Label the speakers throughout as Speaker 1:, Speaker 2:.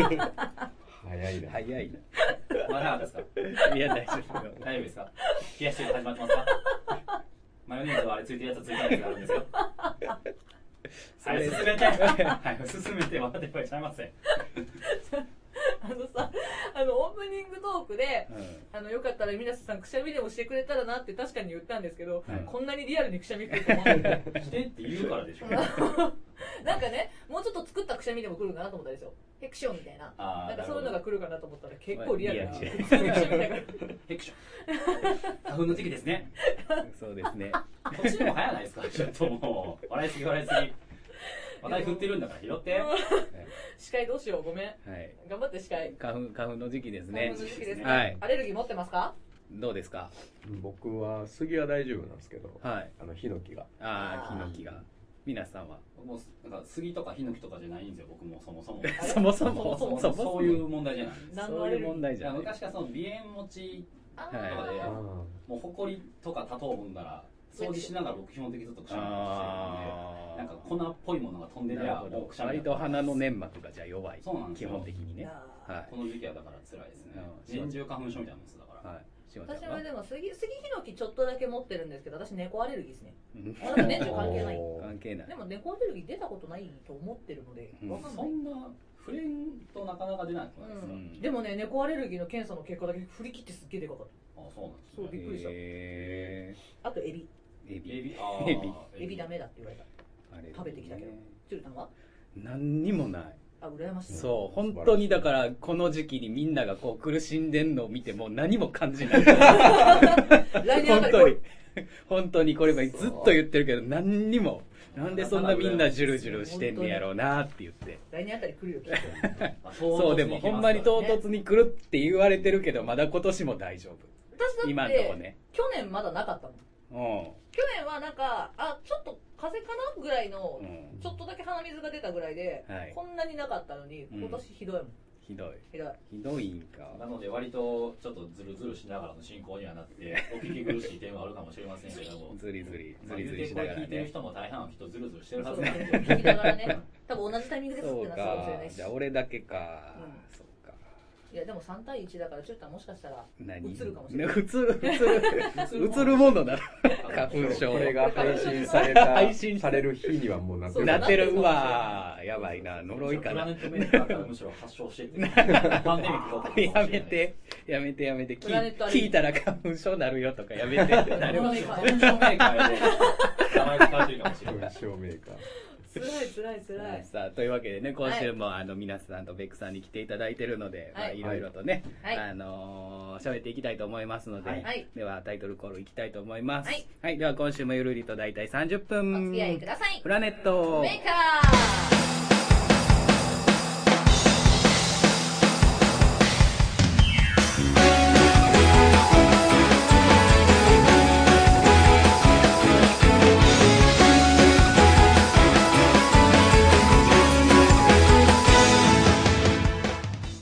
Speaker 1: 早いな。
Speaker 2: 早い
Speaker 3: まだですか
Speaker 2: な。いや、大丈夫。
Speaker 3: 大丈夫ですか冷やし中華始まってますかマヨネーズはあれついてるやつはついてないやつがあるんですよ。
Speaker 2: そ
Speaker 3: はい、
Speaker 2: れ
Speaker 3: 進めて。はい、進めて、笑ってはいちゃいません。
Speaker 4: あのさ、あの、オープニングトークで、あの、よかったら皆さんくしゃみでもしてくれたらなって確かに言ったんですけど、
Speaker 3: はい
Speaker 4: こんなにリアルにくしゃみ来る と思わなかっ
Speaker 3: 来てって言うからでしょ。
Speaker 4: たなんかね、もうちょっと作ったくしゃみでも来るかなと思ったんですよ。ヘクションみたいな。
Speaker 3: あ
Speaker 4: な
Speaker 3: ー
Speaker 4: んかそういうのが来るかなと思ったら結
Speaker 2: ま
Speaker 4: 構
Speaker 2: あ
Speaker 4: リアルな。
Speaker 2: リアル
Speaker 4: 普通のくしゃみだから
Speaker 3: ヘクション。花粉の時期ですね。
Speaker 2: そうですね。
Speaker 3: こっちでも早ないですかちょっともう、笑いすぎ笑いすぎ。話題振ってるんだから拾って。
Speaker 4: 司会どうしよう、ごめん。
Speaker 2: はい。
Speaker 4: 頑張って司会。
Speaker 2: 花粉、花粉の時期です
Speaker 4: 花
Speaker 2: ね
Speaker 4: 粉の。時期ですね
Speaker 2: はい。
Speaker 4: アレルギー持ってますか
Speaker 2: どうですか
Speaker 1: 僕は、杉は大丈夫なんですけど、
Speaker 2: はい。
Speaker 1: あの、ヒノキが。
Speaker 2: ああ、
Speaker 4: あー
Speaker 2: ヒノキが。皆さんは。
Speaker 3: もう、なんか杉とかヒノキとかじゃないんですよ、僕もそもそも。
Speaker 4: れ
Speaker 2: そも
Speaker 3: そ
Speaker 2: そ
Speaker 3: も
Speaker 2: も、
Speaker 3: そも
Speaker 2: そ
Speaker 3: そういう問題じゃないんです。
Speaker 4: 何の
Speaker 2: そう
Speaker 4: ア
Speaker 2: い
Speaker 4: レ
Speaker 2: う
Speaker 4: ルギ
Speaker 2: 問
Speaker 4: ー
Speaker 2: 題
Speaker 3: い
Speaker 2: じ
Speaker 3: や
Speaker 2: ゃない。
Speaker 3: 昔からその鼻炎持ち
Speaker 4: あ
Speaker 2: はい
Speaker 3: とかで
Speaker 4: ー
Speaker 1: あ
Speaker 3: もう埃とか砂糖分なら掃除しながら僕基本的にずっとくしゃみを
Speaker 2: あ
Speaker 3: してるんでな
Speaker 2: あ。
Speaker 3: んか粉っぽいものが飛んでり
Speaker 2: なる
Speaker 3: ゃ
Speaker 2: ほ
Speaker 3: もう
Speaker 2: ど
Speaker 3: くしゃみ
Speaker 2: 割
Speaker 3: だ
Speaker 2: と
Speaker 3: から
Speaker 2: 鼻の粘膜がじゃあ弱い。
Speaker 3: そうなんです
Speaker 2: 基
Speaker 3: よ
Speaker 2: 本的にね。
Speaker 4: あー
Speaker 2: は
Speaker 3: この時期はだから辛いですね
Speaker 2: うん
Speaker 3: 人中花粉症みたいなもんですだ
Speaker 2: い。
Speaker 3: か
Speaker 2: はい。島ちゃん
Speaker 4: 私は
Speaker 2: は
Speaker 4: でも杉杉ヒノキちょっとだけ持ってるんですけど私猫アレルギーですね
Speaker 2: うん
Speaker 4: 私年中関係ない
Speaker 1: おー
Speaker 2: 関係ない
Speaker 4: で。も猫アレルギー出たことないと思ってるので
Speaker 2: うん
Speaker 4: わ
Speaker 3: ら
Speaker 4: かんな
Speaker 3: そ
Speaker 4: い、
Speaker 3: んなフレンとなかなか出ないくないですか
Speaker 2: うん
Speaker 4: でもね猫アレルギーの検査の結果だけ振り切ってすっげえでかかっ
Speaker 3: あそうなんです
Speaker 4: そう
Speaker 3: ね
Speaker 4: びっくりした
Speaker 2: へ
Speaker 4: たあとエビ
Speaker 2: ーエ
Speaker 3: エ
Speaker 2: ビ。
Speaker 3: ビあー
Speaker 2: エビ
Speaker 4: エビダメだって言われた食べてきたけど鶴田は
Speaker 2: 何にもない。
Speaker 4: あ羨ましい
Speaker 2: そう、
Speaker 1: うん
Speaker 2: 本当にだから、この時期にみんながこう苦しんでんのを見てもう何も感じ ない。
Speaker 4: 来年あた
Speaker 2: 本
Speaker 4: り
Speaker 2: 当
Speaker 4: 来
Speaker 2: に
Speaker 4: い。
Speaker 2: 本当にこれがずっと言ってるけど、何にも、なんでそんなみんなジュルジュルしてんねやろうなって言って。
Speaker 4: 来年あたり来るよきっと
Speaker 3: あ
Speaker 2: そうでも、ほんまに唐突に来るって言われてるけど、まだ今年も大丈夫。
Speaker 4: 私だって
Speaker 2: 今んとこね。
Speaker 4: 去年まだなかったもん
Speaker 2: う
Speaker 4: 去年はなんかあちょっと風邪かなぐらいの
Speaker 2: ん。うん。
Speaker 4: ちょっとだけ鼻水が出たぐらいで、
Speaker 2: はい
Speaker 4: こんなになかったのに
Speaker 2: うん
Speaker 4: 今年ひどいもん、
Speaker 2: ひどい。
Speaker 4: ひどい
Speaker 2: ひどいんか。
Speaker 3: なので割とちょっとズルズルしながらの進行にはなってお聞き苦しい点はあるかもしれませんけども
Speaker 2: ずりずり、
Speaker 3: ま
Speaker 2: ず
Speaker 3: あ
Speaker 2: り
Speaker 3: 言
Speaker 2: ず
Speaker 3: う
Speaker 2: り
Speaker 3: て
Speaker 2: し
Speaker 3: こ
Speaker 2: な
Speaker 3: れ
Speaker 2: が
Speaker 3: 聞
Speaker 2: ら
Speaker 3: いてる
Speaker 2: ね。
Speaker 3: 人も大半はきっとズルズルしてる
Speaker 4: そ
Speaker 3: は
Speaker 4: う
Speaker 3: ず
Speaker 4: な
Speaker 3: なんん
Speaker 4: で
Speaker 3: ですすよ
Speaker 4: よ聞 きながらね多分同じタイミングでス
Speaker 2: そ
Speaker 4: ッ
Speaker 2: う
Speaker 4: てなったかもしれな
Speaker 2: か
Speaker 4: い。で
Speaker 2: じ
Speaker 4: す
Speaker 2: ゃあ俺だけか
Speaker 4: うん。
Speaker 2: そうか。
Speaker 4: いやでも3対1だからちょっともしかしたら
Speaker 2: 何
Speaker 4: 映るかもしれない
Speaker 2: 映る、 映る、映るものだ花粉症
Speaker 1: これが配信された、
Speaker 2: 配信
Speaker 1: される日にはもうなって
Speaker 4: そう
Speaker 1: る。
Speaker 2: なってるうわーやばいな呪いか
Speaker 3: プラ
Speaker 2: な
Speaker 3: ネットメーカーからむしろ発症してって パンデミックが起こるか
Speaker 2: や
Speaker 3: もしれない
Speaker 2: めてやめてやめて
Speaker 4: プラネッ
Speaker 2: 聞
Speaker 4: トアレルギー
Speaker 2: 聞いたら花粉症なるよとかやめ てな
Speaker 3: 誰
Speaker 2: る
Speaker 3: も
Speaker 4: も
Speaker 3: メ
Speaker 4: メ
Speaker 3: ーカ
Speaker 4: ーカ
Speaker 3: ー
Speaker 4: ー
Speaker 3: で名前使われてるかもしれ
Speaker 1: 文
Speaker 3: ない
Speaker 1: 章メーカー。
Speaker 4: 辛い辛い辛い
Speaker 2: さあというわけでね今週も、あの皆さんとベックさんに来ていただいてるので、
Speaker 4: はい
Speaker 2: まあ、いろいろとね、
Speaker 4: はい
Speaker 2: あのー喋っていきたいと思いますので、
Speaker 4: はい
Speaker 2: ではタイトルコールいきたいと思います
Speaker 4: はい、
Speaker 2: では今週もゆるりと大体30
Speaker 4: お
Speaker 2: 分
Speaker 4: 付き合いください
Speaker 2: プラネット
Speaker 4: メーカー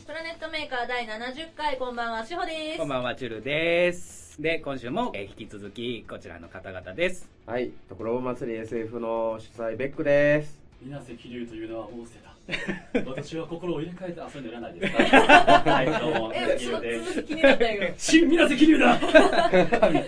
Speaker 4: プラネットメーカー第70回こんばんはしほです
Speaker 2: こんばんはちゅるですで今週も、えー引き続きこちらの方々です
Speaker 5: はい、ところ祭り SF の主催ベックです。
Speaker 3: 水瀬桐生という名は仰 せだ私は心を入れ替えて遊んでらないですかはいどうも
Speaker 4: え
Speaker 3: 桐
Speaker 4: ちょ
Speaker 3: 生
Speaker 4: っ
Speaker 3: で
Speaker 4: と
Speaker 3: す
Speaker 4: 続き気になった よ
Speaker 3: 新水瀬桐生だ
Speaker 2: 神
Speaker 4: なん
Speaker 2: 神
Speaker 4: だ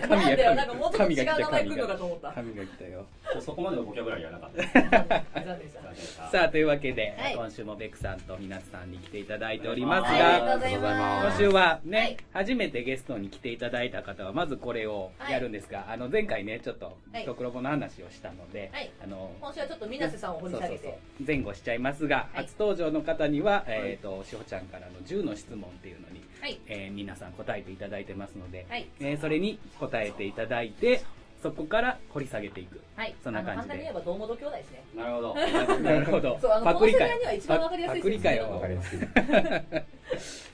Speaker 4: よ
Speaker 2: が
Speaker 4: なんかもうちょっと
Speaker 2: 神
Speaker 4: 違
Speaker 2: が
Speaker 4: う名
Speaker 2: 来た
Speaker 4: 前来る
Speaker 2: 神
Speaker 4: のか
Speaker 2: が
Speaker 4: と思った
Speaker 2: 神が来たよ
Speaker 3: そこまでのボキャブラリーはなかったです
Speaker 4: 残念でした
Speaker 2: さあというわけで、
Speaker 4: はい
Speaker 2: 今週もベクさんと皆さんに来ていただいております
Speaker 3: ありがとうござ
Speaker 2: が
Speaker 3: います
Speaker 2: 今週はね、
Speaker 4: はい
Speaker 2: 初めてゲストに来ていただいた方はまずこれをやるんですが、あの前回ねちょっと
Speaker 4: はい
Speaker 2: とクロボの話をしたので、
Speaker 4: はい
Speaker 2: あの
Speaker 4: 今週はちょっと水瀬さんを掘り下げて
Speaker 2: う前後しちゃいますが、
Speaker 4: はい
Speaker 2: 初登場の方には、えー、としほちゃんからの10の質問っていうのに、
Speaker 4: はい
Speaker 2: えー皆さん答えていただいてますので、
Speaker 4: はい
Speaker 2: えーそれに答えていただいてそこから掘り下げていく
Speaker 4: はい
Speaker 2: そんな感
Speaker 4: あの簡
Speaker 2: じで
Speaker 4: 単に言えば堂本兄弟ですね
Speaker 3: なる ほど
Speaker 2: なるほど
Speaker 4: そうあの
Speaker 2: パクリか
Speaker 4: この世代には
Speaker 2: よ
Speaker 4: 一番わかりやすい
Speaker 2: パクリかよ
Speaker 4: 説明だと
Speaker 1: わかりやすい。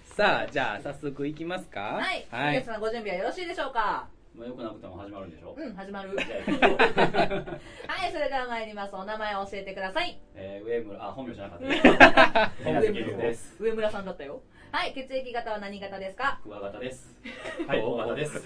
Speaker 2: さあじゃあ早速いきますか
Speaker 4: はい、
Speaker 2: は
Speaker 4: 皆
Speaker 2: い、
Speaker 4: さんご準備はよろしいでしょうか
Speaker 3: まあよくなくても始まるんでしょ
Speaker 4: うん始まる
Speaker 3: じゃ あ行きましょう
Speaker 4: はいそれでは参りますお名前を教えてください
Speaker 3: えー、上村、あ、本名じゃなかったです。 本名です。
Speaker 4: 上村さんだったよはい血液型は何型ですか
Speaker 3: クワガタです。はい、大型です。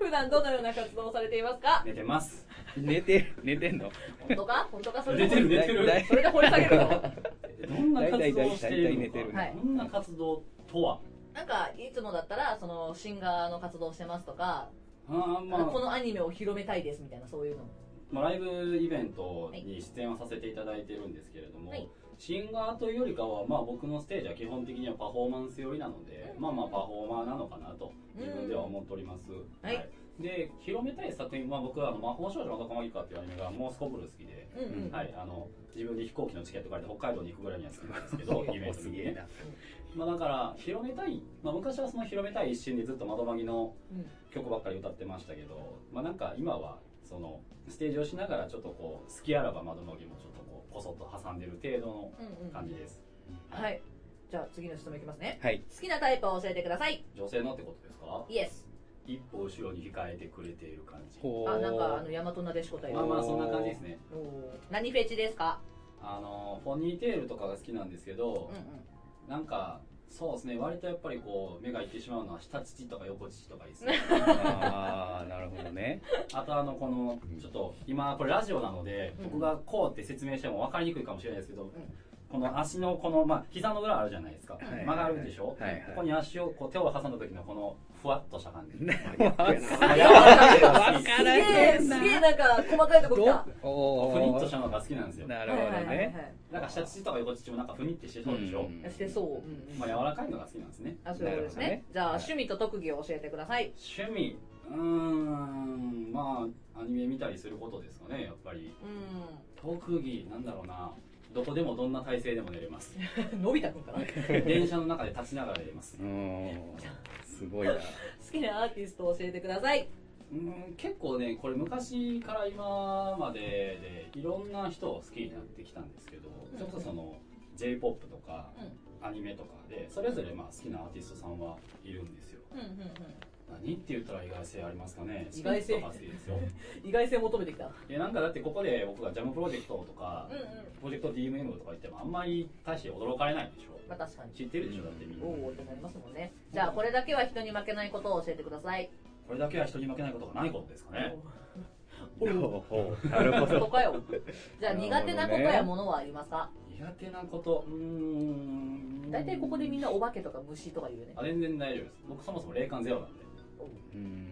Speaker 4: 普段どのような活動をされていますか
Speaker 3: 寝てます。
Speaker 2: 寝て寝てんの
Speaker 4: 本当か本当かそれ
Speaker 3: 寝てる
Speaker 4: で
Speaker 3: 寝てる
Speaker 2: だい
Speaker 4: それで掘り下げるの
Speaker 3: どんな活動
Speaker 2: 大大大大寝てる
Speaker 4: はい
Speaker 2: ね。
Speaker 3: どんな活動とは
Speaker 4: なんかいつもだったらそのシンガーの活動してますとか、
Speaker 3: あーまあ
Speaker 4: このアニメを広めたいですみたいなそういうのも
Speaker 3: まあ、ライブイベントに出演はさせていただいてるんですけれども、
Speaker 4: はい
Speaker 3: シンガーというよりかは、まあ、僕のステージは基本的にはパフォーマンス寄りなので、
Speaker 4: うん
Speaker 3: まあまあパフォーマーなのかなと自分では思っております、
Speaker 4: はい
Speaker 3: で広めたい作品、まあ、僕はあの「魔法少女の男マギカ」っていうアニメがもうすこぶる好きで、
Speaker 4: うんうん
Speaker 3: はい、あの自分で飛行機のチケット借りて北海道に行くぐらいには好きなんですけどイベント
Speaker 2: す
Speaker 3: に
Speaker 2: げえ
Speaker 3: ね
Speaker 2: な。
Speaker 3: まあだから広めたい、まあ、昔はその広めたい一心でずっと窓マギの
Speaker 4: うん
Speaker 3: 曲ばっかり歌ってましたけど、まあ、なんか今はそのステージをしながらちょっとこう好きあらば窓のぎもちょっとこうこそっと挟んでる程度
Speaker 4: うんう
Speaker 3: の
Speaker 4: ん
Speaker 3: 感じです、
Speaker 4: はいじゃあ次の質問いきますね
Speaker 2: はい。
Speaker 4: 好きなタイプを教えてください
Speaker 3: 女性のってことですか
Speaker 4: イエス
Speaker 3: 一歩後ろに控えてくれている感じ
Speaker 2: ほう
Speaker 4: あなんかあの大和なでしこタイプ
Speaker 3: まあまあそんな感じですね
Speaker 4: おー何フェチですか
Speaker 3: あのフォニーテールとかが好きなんですけ
Speaker 4: う
Speaker 3: ど
Speaker 4: ん、 うん
Speaker 3: なんかそうですね割とやっぱりこう目がいってしまうのは下乳とか横乳とかいいですね
Speaker 2: あーなるほどね。
Speaker 3: あとあのこのちょっと今これラジオなので
Speaker 4: うん
Speaker 3: 僕がこうって説明しても分かりにくいかもしれないですけどこの足のこのまあ膝の裏あるじゃないですか
Speaker 2: い
Speaker 3: 曲がるんでしょ
Speaker 2: はいはい
Speaker 3: ここに足をこう手を挟んだ時のこのふわっとした感じ
Speaker 4: すげ
Speaker 2: わから
Speaker 4: え
Speaker 2: へん
Speaker 4: す
Speaker 2: な
Speaker 4: げえなんか細かいとこ来た
Speaker 2: ど
Speaker 3: ふ
Speaker 2: お
Speaker 3: にっと
Speaker 2: ー
Speaker 3: したのが好きなんですよ
Speaker 2: なるほど
Speaker 4: はいはいはい
Speaker 2: ね。
Speaker 3: なんか下乳とか横乳もなんかふにってしてそうでしょ
Speaker 2: ん
Speaker 4: はいしてそう、うんうん
Speaker 3: まあ柔らかいのが好きなんですね
Speaker 4: あそういうことですね
Speaker 2: なるほどね
Speaker 4: じゃあ、
Speaker 2: はい
Speaker 4: 趣味と特技を教えてください
Speaker 3: 趣味うーんまあアニメ見たりすることですかねやっぱり
Speaker 4: う
Speaker 3: 特技なんだろうなどこでもどんな体勢でも寝れます
Speaker 4: んのび太くんかな 好
Speaker 3: 電車の中で立ちながら寝れます
Speaker 2: うん。すごいな。
Speaker 4: きなアーティストを教えてください、
Speaker 3: うん結構ねこれ昔から今まででいろんな人を好きになってきたんですけど、
Speaker 4: うん
Speaker 3: ちょっとその j p o p とか
Speaker 4: う
Speaker 3: アニメとかでそれぞれまあ好きなアーティストさんはいるんですよ
Speaker 4: ん、うんうん
Speaker 3: 何って言ったら意外性ありますかね
Speaker 4: 意外性
Speaker 3: スピッツとか好きですよ
Speaker 4: 意外性求めてきた
Speaker 3: いやなんかだってここで僕がジャムプロジェクトとか、
Speaker 4: うんうん
Speaker 3: プロジェクト DMM とか言ってもあんまり大して驚かれないでしょ
Speaker 4: まあ確かに
Speaker 3: 知ってるでしょだってみんな、
Speaker 4: おおってなりますもんねじゃあこれだけは人に負けないことを教えてください
Speaker 3: これだけは人に負けないことがないことですかね、
Speaker 2: ほうほう なるほど。
Speaker 4: そこかよじゃあ苦手なことやものはありますか
Speaker 3: 苦手なことうーん
Speaker 4: 大体ここでみんなお化けとか虫とか言うよね
Speaker 3: あ全然大丈夫です僕そもそも霊感ゼロなんで、
Speaker 2: うん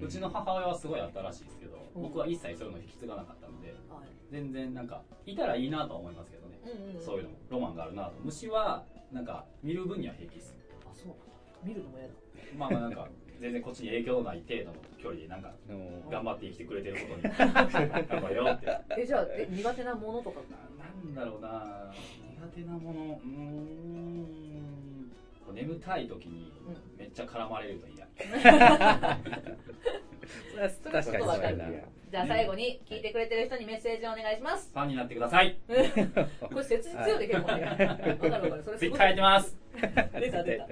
Speaker 3: うちの母親はすごいあったらしいですけど、
Speaker 4: うん
Speaker 3: 僕は一切そういうの引き継がなかったので
Speaker 4: は
Speaker 3: 全然なんかいたらいいなとは思いますけどね、
Speaker 4: いうんうん
Speaker 3: そういうのもロマンがあるなと虫はなんか見る分には平気です
Speaker 4: あそうなんだ見るのも嫌だ
Speaker 3: まあまあなん か全然こっちに影響のない程度の距離でなんか
Speaker 2: の
Speaker 3: 頑張って生きてくれてることに 頑張れよって
Speaker 4: えじゃあえ苦手なものとか
Speaker 3: なんだろうな苦手なものうーん眠たい時にめっちゃ絡まれると嫌
Speaker 2: それは確かにそうやな。
Speaker 4: じゃあ最後に聞いてくれてる人にメッセージをお願いします
Speaker 3: ファンになってください
Speaker 4: これ切実よね結構ねわかるわかるそれ
Speaker 3: ツ
Speaker 4: す
Speaker 3: イッ
Speaker 4: ごい
Speaker 3: ターやってます
Speaker 4: 出た出た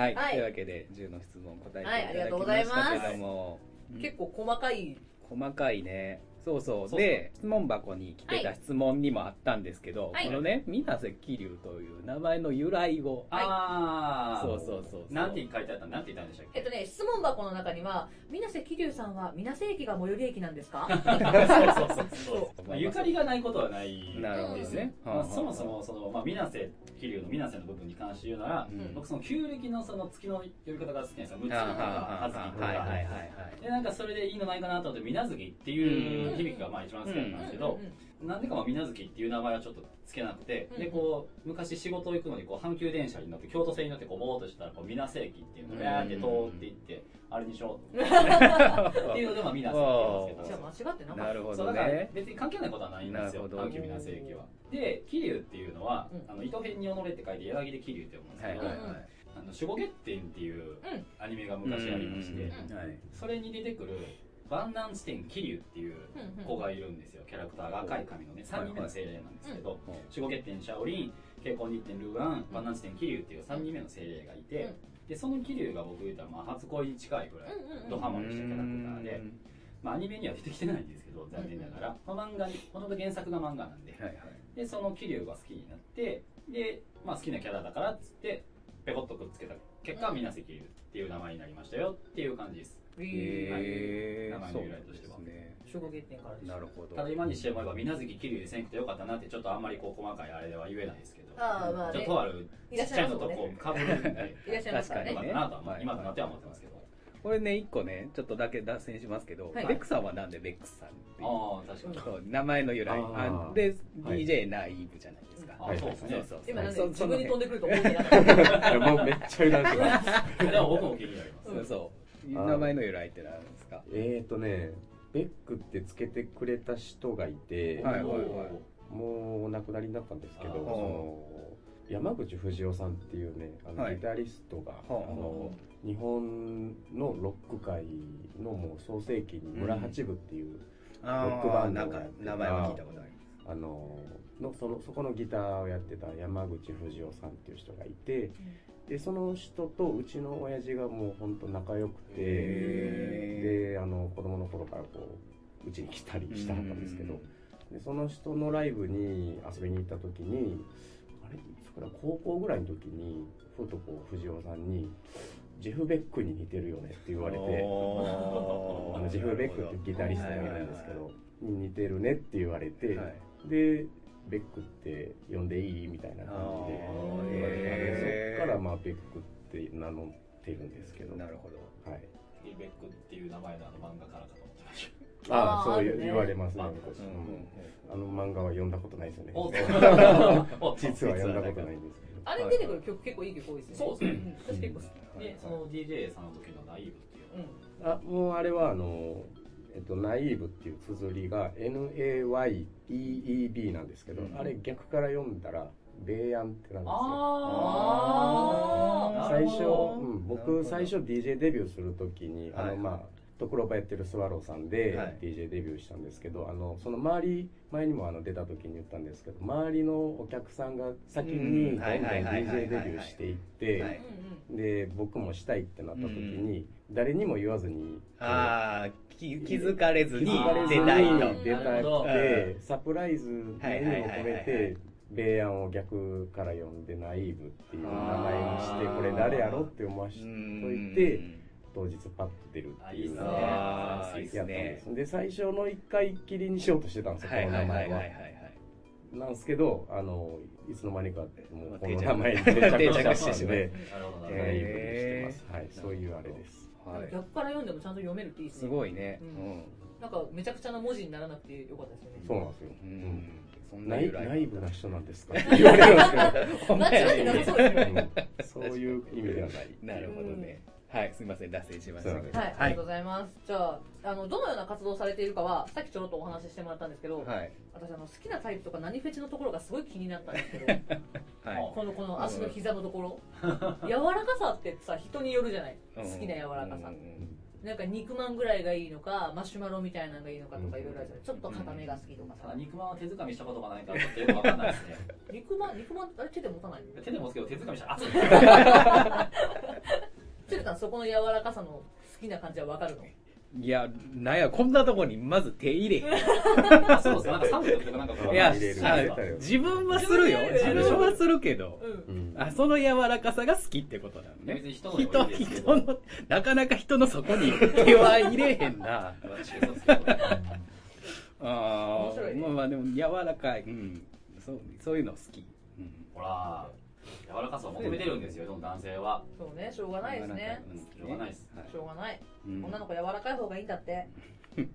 Speaker 2: はい、
Speaker 4: はい
Speaker 2: というわけで10の質問答え
Speaker 4: はいあ
Speaker 2: てい
Speaker 4: りが
Speaker 2: ただ
Speaker 4: とうご
Speaker 2: き
Speaker 4: ざ
Speaker 2: ま
Speaker 4: い
Speaker 2: し
Speaker 4: ます
Speaker 2: たけども、
Speaker 4: 結構細かい
Speaker 2: 細かいねそうそう
Speaker 3: そう
Speaker 2: で質問箱に来て
Speaker 4: は
Speaker 2: た質問にもあったんですけど、
Speaker 4: はい
Speaker 2: このね水瀬桐生という名前の由来を
Speaker 4: はい
Speaker 3: ああ
Speaker 2: そうそうそうそう
Speaker 3: なんて書いてあったなんて言ったんでしたっ
Speaker 4: えっ
Speaker 3: け
Speaker 4: とね、質問箱の中には、水瀬桐生さんは水瀬駅が最寄り駅なんですか
Speaker 3: そうそうそう
Speaker 4: そ
Speaker 3: まあ、ゆかりがないことはないです
Speaker 2: なるほどね
Speaker 3: ま
Speaker 2: は
Speaker 3: あ、
Speaker 2: あはあ
Speaker 3: そもそもその、まあ、水瀬桐生の水瀬の部分に関して言うなら、
Speaker 2: うん
Speaker 3: 僕その旧暦のその月の呼び方が好きなんですよ「むつ」と
Speaker 2: あーは
Speaker 3: か「あ
Speaker 2: あ
Speaker 3: ずき」と
Speaker 2: はあ
Speaker 3: か、
Speaker 2: はいはいはいはい
Speaker 3: でなんかそれでいいのないかなと思って「みなずき」っていう響きがまあ一番好きだったんですけど、なんでかまあみなずきっていう名前はちょっとつけなくて、
Speaker 4: うん
Speaker 3: でこう昔仕事行くのにこう阪急電車に乗って京都線に乗ってこうぼーっとしたらこうみなせ駅っていうのをやーって通っていって、あれにしようと思ってっていうのでまあみなせ駅をつけたんで
Speaker 4: じ
Speaker 3: すよ
Speaker 4: ゃあ間違ってなか
Speaker 2: な
Speaker 4: っ
Speaker 2: るほ
Speaker 3: そう
Speaker 2: ど
Speaker 3: だから
Speaker 2: ね
Speaker 3: 別に関係ないことはないんですよ
Speaker 2: なるほど
Speaker 3: 阪急みなせ駅はで桐生っていうのは、
Speaker 4: うん
Speaker 3: あの糸編に己って書いて柳で桐生って思うんです
Speaker 2: は
Speaker 3: け
Speaker 2: い
Speaker 3: ど、
Speaker 2: はいはい
Speaker 3: あの守護月天っていうアニメが昔ありまして、
Speaker 2: うんうん
Speaker 4: うん
Speaker 2: うんはい
Speaker 3: それに出てくる万南地点桐生っていう
Speaker 4: た。うんうん
Speaker 3: 子がいるんですよキャラクターが赤い髪のね3人目の精霊なんですけど、
Speaker 2: うん
Speaker 3: 守護月天シャオリン蛍光日天ルーアン万南地点桐生っていう3人目の精霊がいて、でその桐生が僕言ったらまあ初恋に近いぐらい
Speaker 4: うんうん
Speaker 3: ドハマりしたキャラクターで、まあ、アニメには出てきてないんですけど残念ながら、この漫画にもともと原作が漫画なんで
Speaker 2: はいはい
Speaker 3: でその桐生が好きになってで、まあ、好きなキャラだからっつってペコッとくっつけた結果、みなせきっていう名前になりましたよっていう感じです。はい名前の由来と
Speaker 2: へーそうなんで
Speaker 3: しては
Speaker 2: すね。
Speaker 4: 初号原点からです
Speaker 2: なるほど。
Speaker 3: ただ今にして思えば、みなずき桐生でせんくてよかったなって、ちょっとあんまりこう細かいあれでは言えないですけど、
Speaker 4: ああまあ
Speaker 3: ちょっ
Speaker 4: ね
Speaker 3: ととある
Speaker 4: い
Speaker 3: ち
Speaker 4: ら
Speaker 3: っ
Speaker 4: っし
Speaker 3: ち
Speaker 4: ゃい
Speaker 3: ゃ
Speaker 4: ま
Speaker 3: いの
Speaker 4: すもん
Speaker 3: と
Speaker 4: ね
Speaker 3: こうかぶるんで、
Speaker 4: いらっしゃいますからね
Speaker 3: よかったなとは思う今となっては思ってますけど。
Speaker 2: これね、一個ね、ちょっとだけ脱線しますけど、
Speaker 4: はい
Speaker 2: ベックさんはなんでベックさんっていう
Speaker 3: ああ、確かに。
Speaker 2: そう名前の由来
Speaker 1: あー
Speaker 2: あで、
Speaker 1: はい
Speaker 2: DJ ナイーブじゃないですか、
Speaker 3: ああ、そうです
Speaker 2: そう
Speaker 3: ね。
Speaker 2: そうそう
Speaker 4: 今なんで
Speaker 2: そ
Speaker 4: 自分に飛ん
Speaker 2: そ
Speaker 4: でくると思ってなかった
Speaker 1: いやもうめっちゃ油断してた
Speaker 3: でも僕も気になります。
Speaker 2: の辺そうそう
Speaker 1: あー
Speaker 2: 名前の由来ってなんですか
Speaker 1: えーとねベックってつけてくれた人がいて、
Speaker 2: はいはい
Speaker 1: もうお亡くなりになったんですけど
Speaker 3: あ
Speaker 1: そ
Speaker 3: ー
Speaker 1: の山口不二夫さんっていうねあの
Speaker 2: はい
Speaker 1: ギタリストが、あ
Speaker 2: はあ
Speaker 1: の日本のロック界のもう創世期に村八部っていう、
Speaker 2: あー
Speaker 1: ロックバンド
Speaker 2: なんか名前は聞いたことあり
Speaker 1: あののそのそこのギターをやってた山口不二夫さんっていう人がいてでその人とうちの親父がもうほんと仲良くて
Speaker 2: へ
Speaker 1: であの子供の頃からこううちに来たり
Speaker 2: ます
Speaker 1: したかったんですけどでその人のライブに遊びに行った時にあれそれは高校ぐらいの時にふとこう藤尾さんに「ジェフ・ベックに似てるよね」って言われてあのジェフ・ベックってギタリストがいるんですけど「似てるね」って言われて、
Speaker 2: はい
Speaker 1: で「ベックって呼んでいい?」みたいな感じで言われたんで
Speaker 2: へー
Speaker 1: そっからまあベックって名乗ってるんですけど
Speaker 2: なるほど
Speaker 1: はい、
Speaker 3: リベックっていう名前のあの漫画からかと思ってまし
Speaker 1: ああ
Speaker 4: あー
Speaker 1: そう
Speaker 4: あ
Speaker 1: いう
Speaker 4: るね
Speaker 1: 言われますね
Speaker 3: あ
Speaker 1: 昔、
Speaker 2: うんうん
Speaker 1: あの漫画は読んだことないですよね
Speaker 3: た。おっと
Speaker 1: 実は読んだことないんですけど
Speaker 4: あれ出てくる曲結構いい曲多いですね
Speaker 3: そうですね。
Speaker 4: ん私結構好
Speaker 2: うん
Speaker 3: で、その DJ さんの時のナイーブっていうの
Speaker 4: きうん
Speaker 1: あもうあれはあの、えっと、ナイーブっていう綴りが NAYEEB なんですけど、
Speaker 2: うん
Speaker 1: あれ逆から読んだら米安ってなんですよ
Speaker 3: あー
Speaker 1: 最初、
Speaker 3: なるほ
Speaker 1: う
Speaker 3: ど
Speaker 1: ん、
Speaker 2: なるほど
Speaker 1: 僕最初 DJ デビューする時にあ
Speaker 2: は
Speaker 1: の
Speaker 2: い
Speaker 1: まあところばやってるスワローさんで
Speaker 2: はい
Speaker 1: DJ デビューしたんですけど、あのその周り前にもあの出た時に言ったんですけど周りのお客さんが先にど
Speaker 2: うんん
Speaker 1: どん
Speaker 2: はいはいはいはい
Speaker 1: DJ
Speaker 2: はい
Speaker 1: デビューしていって、
Speaker 2: はい
Speaker 4: うん
Speaker 1: で僕もしたいってなった時に、誰にも言わずに
Speaker 2: ああ気気づかれずに
Speaker 1: 気づかれず
Speaker 2: 出
Speaker 1: に
Speaker 2: ない
Speaker 3: あ
Speaker 2: と
Speaker 3: ー
Speaker 1: 出たく
Speaker 2: う
Speaker 1: てサプライズの意味も込
Speaker 2: はいはい
Speaker 1: め
Speaker 2: はいは
Speaker 1: て
Speaker 2: い
Speaker 1: 米安を逆から呼んでナイーブっていう名前にしてこれ誰やろって思わし
Speaker 2: う
Speaker 1: て
Speaker 2: ん
Speaker 1: といて当日パッと出るっていうの
Speaker 3: あいい
Speaker 1: が
Speaker 3: っすね
Speaker 2: ああいい
Speaker 1: やったん
Speaker 2: っす
Speaker 1: で
Speaker 2: ね
Speaker 1: すで最初の一回きりにしようとしてたんですよこ
Speaker 2: はい
Speaker 1: の
Speaker 2: は
Speaker 1: 名
Speaker 2: いはい
Speaker 1: 前
Speaker 2: は
Speaker 1: はい
Speaker 2: はい
Speaker 1: なんですけどあのいつの間にかもうこ
Speaker 2: 定
Speaker 1: の
Speaker 2: 着
Speaker 1: 名前に定着しちゃ
Speaker 2: 定着して
Speaker 1: った
Speaker 2: し
Speaker 1: ん
Speaker 2: まう
Speaker 1: で
Speaker 3: なるほど
Speaker 1: ナイ
Speaker 3: なるほど。
Speaker 1: ーブにしてますはいそういうあれです
Speaker 4: うん
Speaker 2: はい
Speaker 4: 逆から読んでもちゃんと読めるっていいですね
Speaker 2: すごいね、
Speaker 4: う
Speaker 2: うんん
Speaker 4: なんかめちゃくちゃな文字にならなくてよかったですよね
Speaker 1: そうなんですよ
Speaker 2: う
Speaker 1: うん
Speaker 2: ん、そんな
Speaker 1: 内
Speaker 2: 由来
Speaker 1: 内部な人なんですかって言われますけど
Speaker 4: 間違えてなさそうですよ ね
Speaker 1: そういう意味ではない。
Speaker 2: なるほどね、はいすみません脱線しましたけど
Speaker 4: はい、ありがとうございます。じゃあ、あの、どのような活動をされているかは、さっきちょろっとお話ししてもらったんですけど、
Speaker 2: はい
Speaker 4: 私、あの、好きなタイプとか何フェチのところがすごい気になったんですけど、
Speaker 2: はい
Speaker 4: この、この足の膝のところ、柔らかさってさ、人によるじゃない好きな柔らかさ
Speaker 2: うんう。ん
Speaker 4: なんか肉まんぐらいがいいのか、マシュマロみたいなのがいいのかとかいろいろあるじゃないちょっと硬めが好きとか
Speaker 3: ただ
Speaker 4: さ。
Speaker 3: 肉まんは手づかみしたことがないからちょっとよくわかんないですね。
Speaker 4: 肉まん、肉まん、あれ手で持たない
Speaker 3: 手で持つけど手づかみしたら熱い。
Speaker 4: つるたん、そこの柔らかさの好きな感じはわかるの
Speaker 2: うんいやなんやこんなとこにまず手入れへん
Speaker 3: あそうですね。なんか寒い時とかなんかこう
Speaker 2: いや
Speaker 1: 入れる
Speaker 2: あ
Speaker 1: 入れたよ
Speaker 2: 自分はするよ
Speaker 4: 自
Speaker 2: 自
Speaker 4: 分
Speaker 3: で
Speaker 2: 分はするけど
Speaker 4: うん。
Speaker 2: あその柔らかさが好きってことなの
Speaker 3: 別
Speaker 2: ね
Speaker 3: に人ので
Speaker 2: 人
Speaker 3: もいいですけど。
Speaker 2: 人のなかなか人のそこに手は入れへんな
Speaker 3: 私そうですけどね
Speaker 2: あ
Speaker 4: 面
Speaker 2: ー
Speaker 4: 白いね
Speaker 2: まあまあでも柔らかい、うん、そうそういうの好き、うん
Speaker 3: ほら、柔らかさを求めてるんですよ、でも男性は。
Speaker 4: そうね、しょうがないですね。
Speaker 3: しょうがないです。
Speaker 2: はい
Speaker 4: しょうがない。
Speaker 2: うん
Speaker 4: 女の子柔らかい方がいいんだって。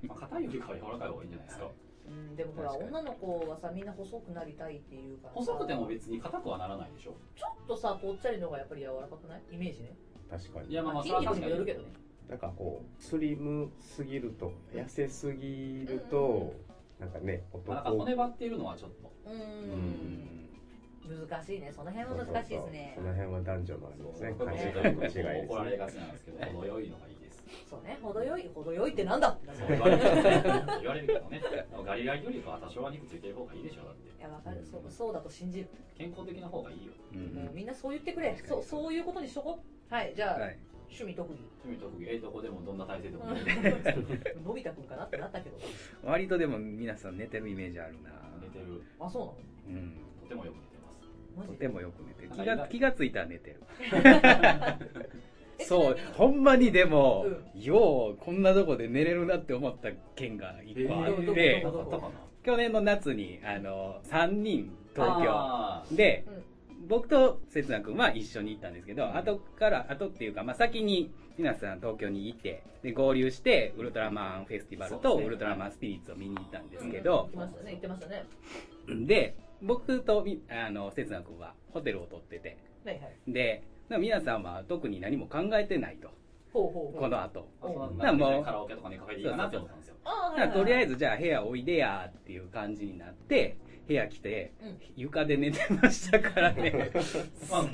Speaker 3: まあ、硬いよりかは柔らかい方がいいんじゃないですか。
Speaker 4: うん、でもほら
Speaker 2: 確かに
Speaker 4: 女の子はさみんな細くなりたいっていうからさ
Speaker 3: 細くても別に硬くはならないでしょ。
Speaker 4: ちょっとさぽっちゃりの方がやっぱり柔らかくないイメージね
Speaker 1: 確か
Speaker 3: い
Speaker 1: に
Speaker 3: や、。まあまあ、そ
Speaker 4: 筋
Speaker 3: れは
Speaker 4: 肉
Speaker 3: 確か
Speaker 4: にも
Speaker 3: に
Speaker 4: よ。るけどね
Speaker 1: なんかこう、スリムすぎると、痩せすぎると、なんかね、
Speaker 3: まあ、なんか
Speaker 1: 男。
Speaker 3: 骨張っているのはちょっと。
Speaker 4: う
Speaker 1: う
Speaker 4: ー
Speaker 1: ん
Speaker 4: ん難しいねその辺
Speaker 1: そう
Speaker 4: は
Speaker 1: そうそう
Speaker 4: 難しいですね
Speaker 1: その辺は男女のあれですね。
Speaker 3: 僕
Speaker 1: 感
Speaker 3: も
Speaker 1: じ
Speaker 3: よ
Speaker 1: 方の違い
Speaker 3: く
Speaker 1: ですね
Speaker 3: 怒られがちなんですけど、程よいのがいいです。
Speaker 4: そうね程よい程よいってなんだ
Speaker 3: そう言われる言われるけどね。でもガリガリよりかは多少は肉ついてる方がいいでしょ、だって。
Speaker 4: いやわかるそうそうだと信じる、
Speaker 3: 健康的な方がいいよ。
Speaker 2: う
Speaker 4: もうんみんなそう言ってくれ
Speaker 2: 確か
Speaker 4: そ
Speaker 2: に
Speaker 4: うそういうことにしとこうはいじゃあ、
Speaker 2: はい
Speaker 4: 趣味特技
Speaker 3: 趣味特技、ええとこでもどんな体勢でも
Speaker 4: う
Speaker 3: いい
Speaker 4: ん
Speaker 3: と思うんですけど
Speaker 4: のび太くんかなってなったけど
Speaker 2: 割とでも皆さん寝てるイメージあるな
Speaker 3: 寝てる。
Speaker 4: あそうなの
Speaker 2: うん
Speaker 3: とてもよく寝てます。
Speaker 4: マ
Speaker 2: と
Speaker 4: ジ
Speaker 2: て
Speaker 4: で
Speaker 2: もよく寝てる
Speaker 3: なんか
Speaker 2: 気
Speaker 3: 意外
Speaker 2: が気がついたら寝てる
Speaker 4: え
Speaker 2: そうほんまにでも
Speaker 4: うん、
Speaker 2: ようこんなとこで寝れるなって思った県が一個あって、
Speaker 4: えー
Speaker 3: なかったかな
Speaker 2: 去年の夏にあの3人東京
Speaker 3: あー
Speaker 2: で、僕とせつな君は一緒に行ったんですけど、後から後っていうか、まあ、先に皆さん東京に行ってで合流してウルトラマンフェスティバルと
Speaker 3: そうですね
Speaker 2: ウルトラマンスピリッツを見に行ったんですけ
Speaker 4: うん
Speaker 2: ど
Speaker 4: 言って、ましたね言ってましたね
Speaker 2: で僕とみあのせつな君はホテルを取ってて
Speaker 4: はいはい
Speaker 2: ででも皆さんは特に何も考えてないと、
Speaker 4: ほうほうほ
Speaker 2: こ
Speaker 4: う
Speaker 2: の後
Speaker 3: あそうなん
Speaker 2: な
Speaker 3: だ
Speaker 2: んかもう
Speaker 3: カラオケとかねカフェでいいかなって思ったんですよ
Speaker 4: あーはいは
Speaker 2: だか
Speaker 4: い
Speaker 2: らとりあえずじゃあ部屋おいでやーっていう感じになって部屋来て、
Speaker 4: うん
Speaker 2: 床で寝てましたからねす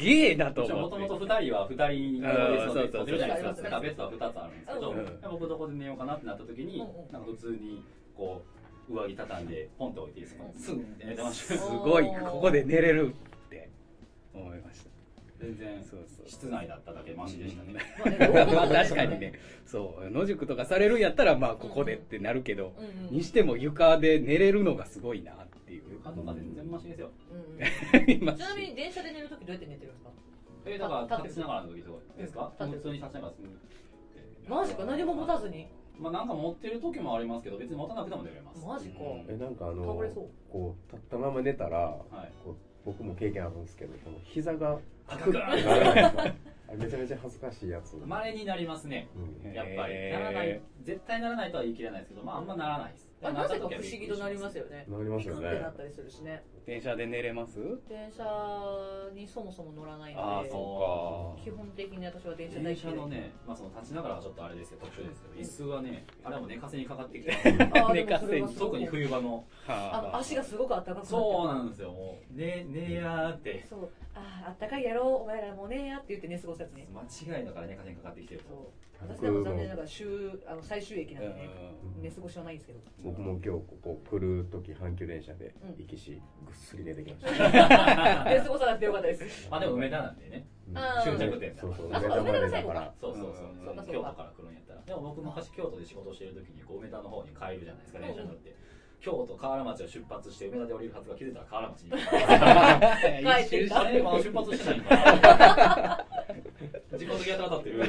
Speaker 2: げえなと
Speaker 3: も
Speaker 2: 思
Speaker 3: と
Speaker 2: っ
Speaker 3: も
Speaker 2: て
Speaker 3: と2人は2人
Speaker 2: あー
Speaker 3: でホテルじゃないで
Speaker 4: そう
Speaker 3: す
Speaker 4: そ
Speaker 3: かだか
Speaker 4: うそう
Speaker 3: らベッドは2つあるんですけど、
Speaker 4: うん
Speaker 3: 僕どこで寝ようかなってなった時に、
Speaker 4: うんうん
Speaker 3: なんか普通にこう上着畳んでポンと置いていいですか、すぐ寝てました
Speaker 2: すごい
Speaker 4: おー
Speaker 2: ここで寝れるって思いました
Speaker 3: 全然
Speaker 2: そうそう
Speaker 3: 室内だっただけマシでしたね、
Speaker 4: まあね
Speaker 2: まあ 確かにねそう野宿とかされるんやったらまあここでってなるけど
Speaker 4: うんうん
Speaker 2: にしても床で寝れるのがすごいなっていう
Speaker 3: 床とか全然マシですよ
Speaker 4: うん
Speaker 2: 今
Speaker 4: ちなみに電車で寝るときどうやって寝てるんですか
Speaker 3: えーだから立ってしながらの時とかですか
Speaker 4: 立って
Speaker 3: 普通に立ちながら
Speaker 4: マジか何も持たずに
Speaker 3: まあなんか持ってる時もありますけど別に持たなくても寝れます、
Speaker 4: マジか
Speaker 3: うん
Speaker 1: えなんかあ
Speaker 4: 倒
Speaker 1: の
Speaker 4: れそう
Speaker 1: こう立ったまま寝たら
Speaker 3: はい
Speaker 1: こう僕も経験あるんですけどこの膝が
Speaker 3: 高
Speaker 1: ク
Speaker 3: く
Speaker 1: ッてならないですかあれめちゃめちゃ恥ずかしいやつ、
Speaker 3: まれになりますね
Speaker 1: うん
Speaker 3: やっぱり
Speaker 2: へ
Speaker 3: な
Speaker 2: ー
Speaker 3: らない絶対ならないとは言い切れないですけどまああんまならないです
Speaker 4: あなぜか不思議となりますよね
Speaker 1: なります
Speaker 4: ピ
Speaker 1: よ
Speaker 4: カっ
Speaker 1: ね
Speaker 4: てなったりするしね
Speaker 2: 電車で寝れます
Speaker 4: 電車にそもそも乗らない
Speaker 2: あ
Speaker 4: の
Speaker 2: あ
Speaker 4: で
Speaker 2: そう
Speaker 4: 基本的に私は電車
Speaker 3: 電
Speaker 4: 大
Speaker 3: 車
Speaker 4: 嫌い
Speaker 3: のね、まあ、その立ちながらはちょっとあれですよ途中ですけど椅子はねあれはもう寝かせにかかってきて
Speaker 4: あー
Speaker 2: 寝かせに
Speaker 4: でもそれはすご
Speaker 3: 特
Speaker 4: く
Speaker 3: に冬場の
Speaker 2: か
Speaker 4: あ足がすごく暖かくなって
Speaker 3: そうなんですよもうねねやーって
Speaker 4: そうああったかいやろお前らもうねえやって言って寝過ごすやつね
Speaker 3: 間違いだから寝かせにかかってきてる
Speaker 4: そう
Speaker 3: と
Speaker 4: 私でも残念ながら週あの最終駅なんでね寝過ごしはないんですけど
Speaker 1: 僕も今日ここ来る時阪急電車で行きし、ぐっすり寝てきました
Speaker 4: 寝過ごさなくてよかったで す
Speaker 3: まあでも梅田なんでね
Speaker 4: あー
Speaker 3: 終着点だ
Speaker 1: そうそう
Speaker 4: あそ
Speaker 1: 梅
Speaker 4: う
Speaker 1: 田まで
Speaker 4: 梅田
Speaker 1: だ
Speaker 4: が最後
Speaker 1: か
Speaker 4: から
Speaker 3: そうそうそう、
Speaker 2: うん
Speaker 4: そうかそ
Speaker 3: 京
Speaker 4: う
Speaker 3: 都
Speaker 4: か
Speaker 3: から来るんやったらでも僕昔京都で仕事してる時にこう梅田の方に帰るじゃないですか電車に乗って、京都河原町を出発して梅田で降りるはずが気づいたら河原町に行って
Speaker 4: 帰ってき
Speaker 3: たあ
Speaker 4: た
Speaker 3: れまだ出発してないんか な時間的やたらたってる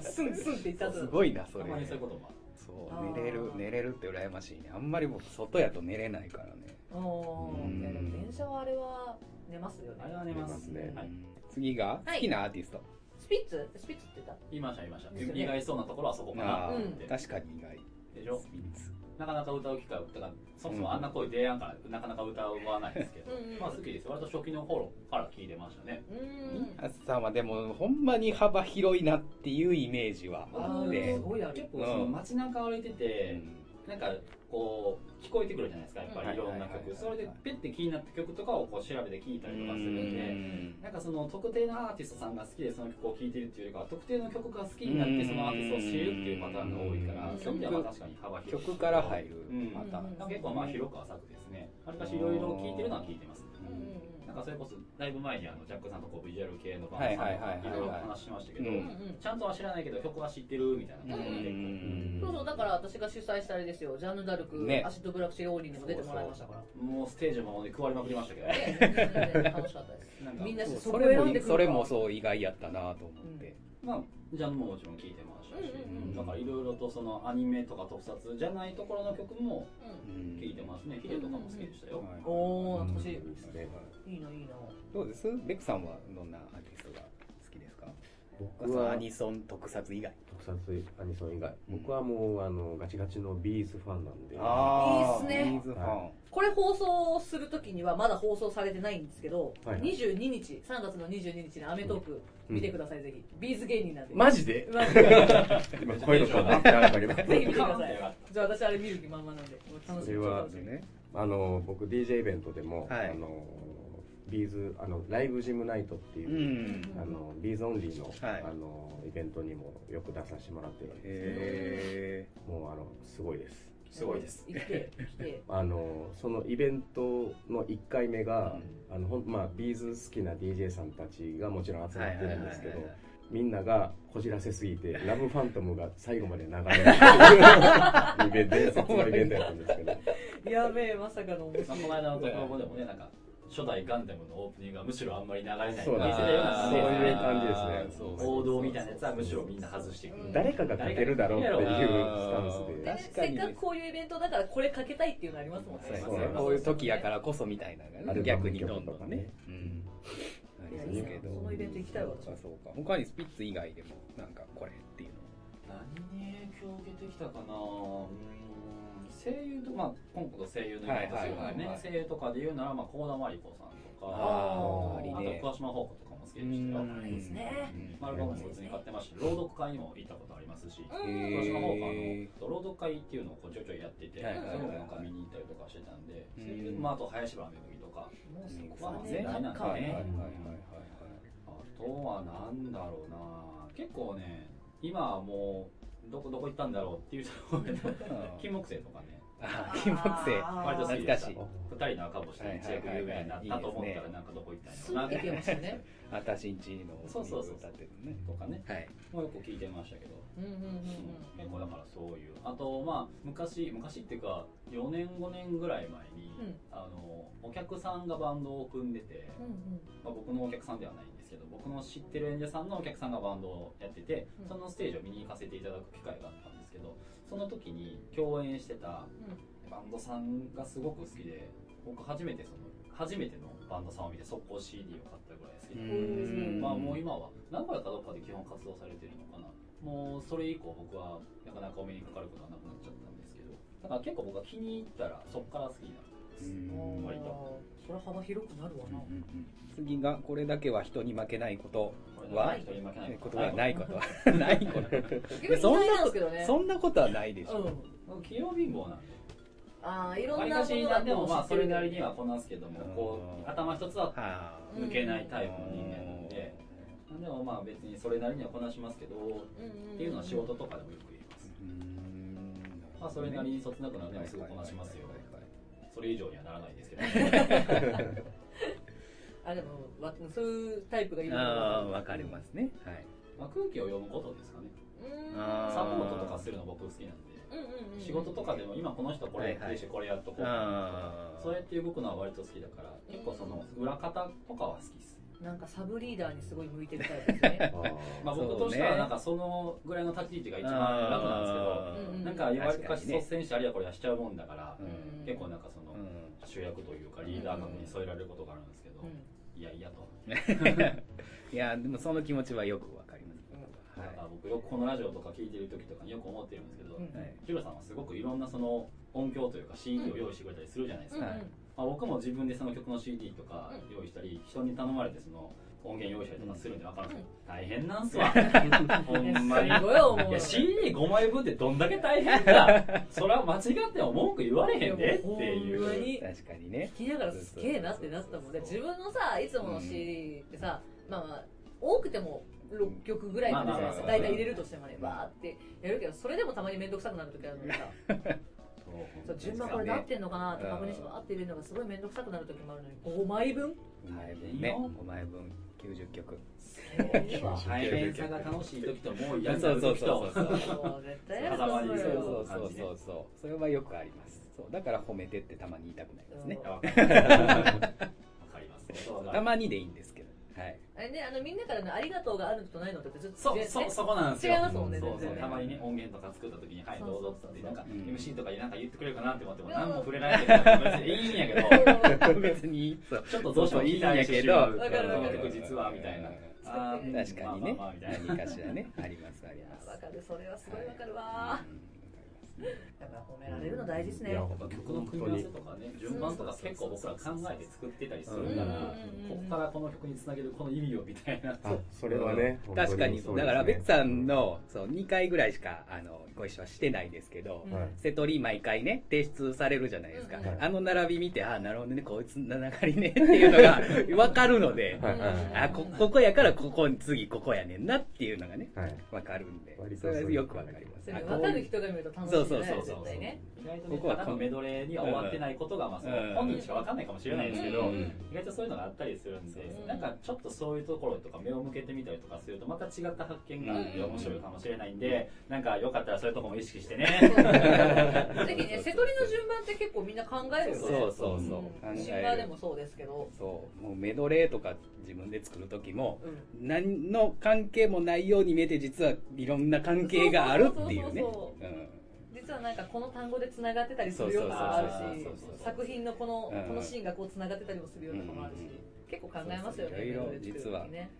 Speaker 4: スンスンって言った
Speaker 2: す
Speaker 4: ず
Speaker 2: ごいなそ
Speaker 3: た
Speaker 2: れ
Speaker 3: まにそういうことも
Speaker 2: そう寝れる寝れるって羨ましいねあんまり僕外やと寝れないからね
Speaker 4: お
Speaker 2: うん
Speaker 4: ーいやでも電車はあれは寝ますよ
Speaker 3: あるあれ
Speaker 4: ね
Speaker 3: は寝ます
Speaker 1: 寝ますね
Speaker 3: はい、
Speaker 2: 次が好きなアーティスト
Speaker 4: スピッツスピッツって言った
Speaker 3: 言いました言いまし
Speaker 4: ですよ
Speaker 3: た
Speaker 4: ね
Speaker 3: 意外そうなところはそこかな
Speaker 2: あ
Speaker 4: う
Speaker 2: ー
Speaker 4: ん
Speaker 2: 確かに意外
Speaker 3: でしょ
Speaker 2: スピッツ
Speaker 3: なかなか歌う機会をだからそもそもあんな声出やんからなかなか歌わないですけど
Speaker 4: うんうん
Speaker 3: まあ好きです割と初期の頃から聴いてましたね
Speaker 4: うー
Speaker 2: あっさんはでもほんまに幅広いなっていうイメージはあっ
Speaker 4: あー
Speaker 2: て
Speaker 4: すごいある
Speaker 3: 結構その街中歩いてて、なんかこう聞こえてくるじゃないですかやっぱ
Speaker 2: うん
Speaker 3: りいろんな
Speaker 2: はいはいはい
Speaker 3: 曲
Speaker 2: はい
Speaker 3: それでペッて気になった曲とかをこう調べて聴いたりとかするんでなんかその特定のアーティストさんが好きでその曲を聴いてるっていうよりかは特定の曲が好きになってそのアーティストを知るっていうパターンが多いから
Speaker 4: うん
Speaker 3: そういう意味ではまあ確かに幅広い
Speaker 2: 曲から入る
Speaker 3: うん
Speaker 2: パターン
Speaker 3: まあ結構まあ広く浅くですねわりかしいろいろ聴いてるのは聴いてます
Speaker 4: んうん
Speaker 3: なんかそれこそだいぶ前にあのジャックさんとこうビジュアル系のバン
Speaker 2: は
Speaker 3: ド
Speaker 2: い
Speaker 3: さ
Speaker 2: はい
Speaker 3: んとか
Speaker 2: はいはい
Speaker 3: いろいろ話しましたけど
Speaker 2: う
Speaker 4: うんうんうん
Speaker 3: ちゃんとは知らないけど曲は知ってるみたいな感じで結構
Speaker 4: そう
Speaker 2: うん
Speaker 4: そうだから私が主催したあれですよジャンヌ・ダルク、
Speaker 2: ね
Speaker 4: アシッド・ブラック・シェリー・オーリンにも出てもらいましたから
Speaker 3: もうステージも食われまくりましたけどね
Speaker 4: ね 全然楽しかったです
Speaker 3: なんか
Speaker 4: みんな
Speaker 2: そう
Speaker 4: そ
Speaker 2: そ
Speaker 4: こ
Speaker 2: れ
Speaker 4: 選ん
Speaker 2: も
Speaker 4: でくる
Speaker 2: それもそう意外やったなと思って
Speaker 3: まあジャンルももちろん聴いてましたし、
Speaker 4: うん
Speaker 2: うんうん
Speaker 3: だからいろいろとそのアニメとか特撮じゃないところの曲も
Speaker 4: う
Speaker 2: うん
Speaker 3: 聴いてますね、ヒデとかも好きでしたよ、
Speaker 2: はい
Speaker 4: ん、おお懐かしい、
Speaker 1: いいですね
Speaker 4: いいのいいの
Speaker 2: どうですベクさんはどんなアーティストが好きですか
Speaker 1: 僕は
Speaker 2: アニソン特撮以外
Speaker 1: 特撮アニソン以外
Speaker 2: うん
Speaker 1: 僕はもうあのガチガチのビーズファンなんで
Speaker 2: あ
Speaker 4: いいっすね
Speaker 2: ビーズファン
Speaker 4: これ放送するときにはまだ放送されてないんですけど、
Speaker 1: はい
Speaker 4: 22日3月の22日の『アメトーク』
Speaker 1: うん
Speaker 4: 見てください、ぜひビーズ芸人なんで、
Speaker 1: ジで
Speaker 4: マジで
Speaker 1: 今声の声がってあるん だけ
Speaker 4: ぜ
Speaker 1: ど
Speaker 4: ひ見てくださ
Speaker 3: よかっ
Speaker 4: いじゃあ私あれ見る気満々なんでもう楽しみ
Speaker 1: それは
Speaker 4: 楽しみ
Speaker 2: ね
Speaker 1: あの僕 DJ イベントでも、
Speaker 2: はい
Speaker 1: あのビーズあのライブジムナイトっていうう、
Speaker 2: ん
Speaker 1: あのビーズオンリーの,、
Speaker 2: はい
Speaker 1: あのイベントにもよく出させてもらってるんで
Speaker 2: へ
Speaker 1: もうあのすごいです
Speaker 3: すごいです
Speaker 4: 行って来て
Speaker 1: あのそのイベントの1回目が、あのほんまあ、ビーズ好きな DJ さんたちがもちろん集まってるんですけど
Speaker 2: はいはいはいはい
Speaker 1: みんながこじらせすぎ て「ラブファントム」が最後まで流れるイベント伝説のイベントやったんですけど
Speaker 4: やべえまさかの面
Speaker 3: ま
Speaker 4: 白
Speaker 3: あ、こ
Speaker 4: い
Speaker 3: の間の特報でもねなんか初代ガンダムのオープニングはむしろあんまり流れない
Speaker 1: そうです
Speaker 3: 似てるよ
Speaker 1: そ
Speaker 3: な
Speaker 1: ういう感じです
Speaker 3: そ
Speaker 1: ね
Speaker 3: う王道みたいなやつはむしろみんな外していく
Speaker 4: うん
Speaker 1: 誰かが書けるだろうっていうスタンス
Speaker 4: で
Speaker 1: で
Speaker 2: 誰確か
Speaker 4: せ
Speaker 2: に
Speaker 4: っかくこういうイベントだからこれかけたいっていうのありますもん
Speaker 2: そう
Speaker 4: ね
Speaker 2: や
Speaker 1: そう
Speaker 2: ね
Speaker 1: ん
Speaker 2: こういう時やからこそみたいなのがね
Speaker 1: アルバム
Speaker 2: 逆にどんどんね
Speaker 1: 曲
Speaker 2: うんありますけど
Speaker 4: そのイベント行きたいわ
Speaker 2: そうかそうか他にスピッツ以外でもなんかこれっていう
Speaker 3: 何に影響を受けてきたかなうーん声優とまあ今度声優のイベントですよね、
Speaker 2: はいはいはいはい
Speaker 3: 声優とかで言うならまあ幸田真理子さんとか
Speaker 4: あ
Speaker 2: ー
Speaker 3: あ
Speaker 2: ありね
Speaker 3: と桑島宝子とかも好きでした
Speaker 2: の
Speaker 3: よ
Speaker 2: う
Speaker 4: いいですね
Speaker 2: ん
Speaker 3: マルコムも普通に買ってましたし朗読会にも行ったことありますし
Speaker 4: うん
Speaker 2: へー
Speaker 3: 桑島宝子はあの朗読会っていうのをこうちょいちょいやってて、
Speaker 2: はいはいはい
Speaker 3: それもなんか見に行ったりとかしてたんで、
Speaker 2: うん
Speaker 3: そういうまあ、あと林原めぐみとか
Speaker 4: もうそこ
Speaker 3: ま
Speaker 4: は
Speaker 3: あ
Speaker 4: ね
Speaker 3: 全体なんで
Speaker 4: なんか
Speaker 3: ね
Speaker 2: はいはいはい
Speaker 3: あとはなんだろうな結構ね今はもうどこどこ行ったんだろうっていう人が多いけど
Speaker 2: はいはい
Speaker 3: 金木星とかね
Speaker 2: あー金木星
Speaker 4: あー
Speaker 3: 割と好き
Speaker 2: 懐
Speaker 3: で
Speaker 2: か
Speaker 3: した
Speaker 2: しい
Speaker 3: 二人の赤星で一躍有名になったと思ったらなんかどこ行ったん
Speaker 4: スン
Speaker 3: やろ
Speaker 4: っ
Speaker 3: う
Speaker 4: て
Speaker 3: な
Speaker 4: 行けましたね
Speaker 2: 私んちの
Speaker 3: そうそうそう
Speaker 2: 歌ってるね
Speaker 3: とかね
Speaker 2: はい
Speaker 3: もうよく聞いてましたけど、
Speaker 4: うんうんうんうん
Speaker 3: 結構だからそういうあとまあ昔昔っていうか4年5年ぐらい前に、
Speaker 4: うん
Speaker 3: あのお客さんがバンドを組んでて、
Speaker 4: うん
Speaker 3: まあ、僕のお客さんではないんですけど僕の知ってる演者さんのお客さんがバンドをやってて、
Speaker 4: うん
Speaker 3: そのステージを見に行かせていただく機会があったんですけどその時に共演してたバンドさんがすごく好きで僕初めてその初めてのバンドさんを見て速攻 CD を買ったぐらい好きだったんですけど、
Speaker 4: うん
Speaker 3: まあもう今は名古屋かどっかで基本活動されてるのかなもうそれ以降僕はなかなかお目にかかることはなくなっちゃったんですけどだから結構僕は気に入ったらそっから好きになる
Speaker 4: うん
Speaker 3: 割と
Speaker 4: それは幅広くなるわな
Speaker 2: 次がこれだけは人に負けないこと
Speaker 3: これ
Speaker 2: は
Speaker 3: だけ人に負けない
Speaker 2: ことはない ことはないこと
Speaker 4: 逆に意外なんですけどね
Speaker 2: そんなことはないでし
Speaker 4: う
Speaker 2: ょ
Speaker 4: ん
Speaker 3: 僕器用貧乏なんで
Speaker 4: ああいろ
Speaker 3: わ
Speaker 4: ん
Speaker 3: り
Speaker 4: な
Speaker 3: か
Speaker 4: も
Speaker 3: し
Speaker 4: の
Speaker 3: な
Speaker 4: が
Speaker 3: んでもまあそれなりに
Speaker 4: は
Speaker 3: はこなすけども
Speaker 2: うん
Speaker 3: こう頭一つは
Speaker 2: はあ
Speaker 3: 抜けないタイプの人間なんででもまあ別にそれなりにはこなしますけどっていうのは仕事とかでもよく言いますまあそれなりにそつなくなるのもすぐこなしますよそれ以上にはならないですけど、
Speaker 4: あでもわそういうタイプがいる
Speaker 2: あ
Speaker 4: のか
Speaker 2: あ分かりますねはい
Speaker 3: まあ、空気を読むことですかね
Speaker 4: な
Speaker 2: あ
Speaker 3: サポートとかするの僕好きなんで
Speaker 4: うんうんうんうん
Speaker 3: 仕事とかでも今この人これやってるしこれやっとこう
Speaker 2: あー
Speaker 3: そうやって動くのは割と好きだから結構その裏方とかは好きです
Speaker 4: なんかサブリーダーにすごい向いてるタイプですね
Speaker 3: まあ僕としてはなんかそのぐらいの立ち位置が一番楽なんですけど
Speaker 2: あー
Speaker 4: うん
Speaker 3: なんかわりか
Speaker 2: 確
Speaker 3: し
Speaker 2: かにね
Speaker 3: 率先してあれやこれやしちゃうもんだから、
Speaker 4: うん
Speaker 3: 結構なんかその、
Speaker 2: うん
Speaker 3: 主役というかリーダー格に添えられることがあるんですけど、
Speaker 4: うん
Speaker 3: いやいやと、
Speaker 2: いやでもその気持ちはよくわかります
Speaker 3: なん
Speaker 2: は
Speaker 3: か僕よくこのラジオとか聞いてる時とかによく思ってるんですけど、
Speaker 4: うん
Speaker 2: いはい
Speaker 3: ジュラさんはすごくいろんなその音響というか CD を用意してくれたりするじゃないですか、
Speaker 2: はい
Speaker 3: まあ、僕も自分でその曲の CD とか用意したり人に頼まれてその音源用意したりとかするんで分かるんですけど大変なんす わほんまに
Speaker 4: すごい思う
Speaker 3: いや CD5 枚分ってどんだけ大変 だそれは間違っても文句言われへんでってい
Speaker 4: ほんま
Speaker 3: う
Speaker 4: に
Speaker 2: 確かにね
Speaker 4: 聞きながらすげえなってなってたもんね自分のさいつもの CD ってさ、まあまあ多くても6曲ぐらいまでじゃないですか
Speaker 2: まあまあまあ
Speaker 4: 大体入れるとしてもねバーってやるけどそれでもたまに面倒くさくなる時あるのにさそう順番これなってんのかなって確認しても合って入れるのがすごい面倒くさくなる時もあるのに5 枚分
Speaker 2: 5枚分ね5枚分90曲
Speaker 3: 大変さが楽しい時ともう嫌になる時と
Speaker 2: そう
Speaker 4: そう絶対やると
Speaker 3: そう
Speaker 4: 思
Speaker 2: そ
Speaker 3: そう
Speaker 2: うう
Speaker 4: よ
Speaker 2: そうそうそうそうそれはよくありますそうだから褒めてってたまに言いたくなりますね
Speaker 4: うん
Speaker 3: わか りますそう
Speaker 2: たまにでいいんですけどはい
Speaker 4: あれねあのみんなからの「ありがとう」があるのとないのとってちょっと
Speaker 3: そう
Speaker 4: ね
Speaker 3: そうそこなんですよ
Speaker 4: 違いますもんね
Speaker 3: そうそう
Speaker 4: 全然ね
Speaker 3: た まにね音源とか作った時に「はい
Speaker 4: そ
Speaker 3: ど
Speaker 4: うそうう
Speaker 3: ぞ」ってなんか
Speaker 2: うん
Speaker 3: MC とかになんか言ってくれるかなって思っても
Speaker 4: うん
Speaker 3: 何も触れない けど別にいいんやけど
Speaker 2: 別にいいそう
Speaker 3: ちょっとどうしても言いたい
Speaker 2: いいんやけど
Speaker 4: わかるわかる
Speaker 3: 僕実はみたいなあー
Speaker 2: 確かに
Speaker 3: まあまあま
Speaker 2: ね
Speaker 3: あみたいな
Speaker 2: 何かしらねありますあ
Speaker 4: い
Speaker 2: り
Speaker 4: や
Speaker 2: ます
Speaker 4: わかるそれはすごいわかる
Speaker 2: うん
Speaker 4: わ
Speaker 2: わかります
Speaker 4: だから褒められるの大事ですね
Speaker 1: いや
Speaker 3: やっぱ曲の組み合わせとかね順番とか結構僕ら考えて作ってたりするから
Speaker 4: うん
Speaker 3: ここからこの曲につなげるこの意味をみたいな
Speaker 1: あそれはね本当
Speaker 2: 確かに
Speaker 1: そうですね
Speaker 2: だからベックさんのそう2回ぐらいしかあのご一緒はしてないですけど、
Speaker 4: うん
Speaker 1: はい
Speaker 2: 瀬戸り毎回ね提出されるじゃないですか、
Speaker 4: うんうん
Speaker 2: あの並び見てああなるほどねこいつの流れねっていうのが分かるので、
Speaker 1: はいはい
Speaker 2: あこここやからここに次ここやねんなっていうのがね
Speaker 1: はい
Speaker 2: 分かるんで
Speaker 1: 割と
Speaker 2: それはよく分かります
Speaker 4: そ
Speaker 2: あ
Speaker 4: れ
Speaker 2: こう
Speaker 4: 分かる人が見ると楽しい
Speaker 2: そそうそうそ
Speaker 4: 絶
Speaker 2: う
Speaker 4: 対ね
Speaker 3: 意外とね、ただのメドレーには終わってないことが、まあ、その
Speaker 2: うん
Speaker 3: 本人しかわかんないかもしれないですけど、
Speaker 2: うん
Speaker 3: 意外とそういうのがあったりするんで、
Speaker 4: うん
Speaker 3: なんかちょっとそういうところとか目を向けてみたりとかすると、また違った発見があって
Speaker 4: うん
Speaker 3: 面白いかもしれないんで、なんかよかったらそういうとこも意識して
Speaker 4: そう
Speaker 3: ね。
Speaker 4: ぜひね瀬戸りの順番って結構みんな考えるよね
Speaker 2: そうそうそう
Speaker 4: うん
Speaker 2: 考える
Speaker 4: シンガーでもそうですけど
Speaker 2: そうもうメドレーとか自分で作る時も
Speaker 4: うん
Speaker 2: 何の関係もないように見えて実はいろんな関係があるっていうね
Speaker 4: そうそう実はなんかこの単語でつながってたりするようなのもあるし
Speaker 3: そうそうそうそう
Speaker 4: 作品のこの
Speaker 2: うん
Speaker 4: このシーンがこうつながってたりもするようなのもあるし
Speaker 2: うん
Speaker 4: 結構考えますよ
Speaker 2: そうそう
Speaker 4: ね
Speaker 2: いろいろ
Speaker 4: メールで作る時にね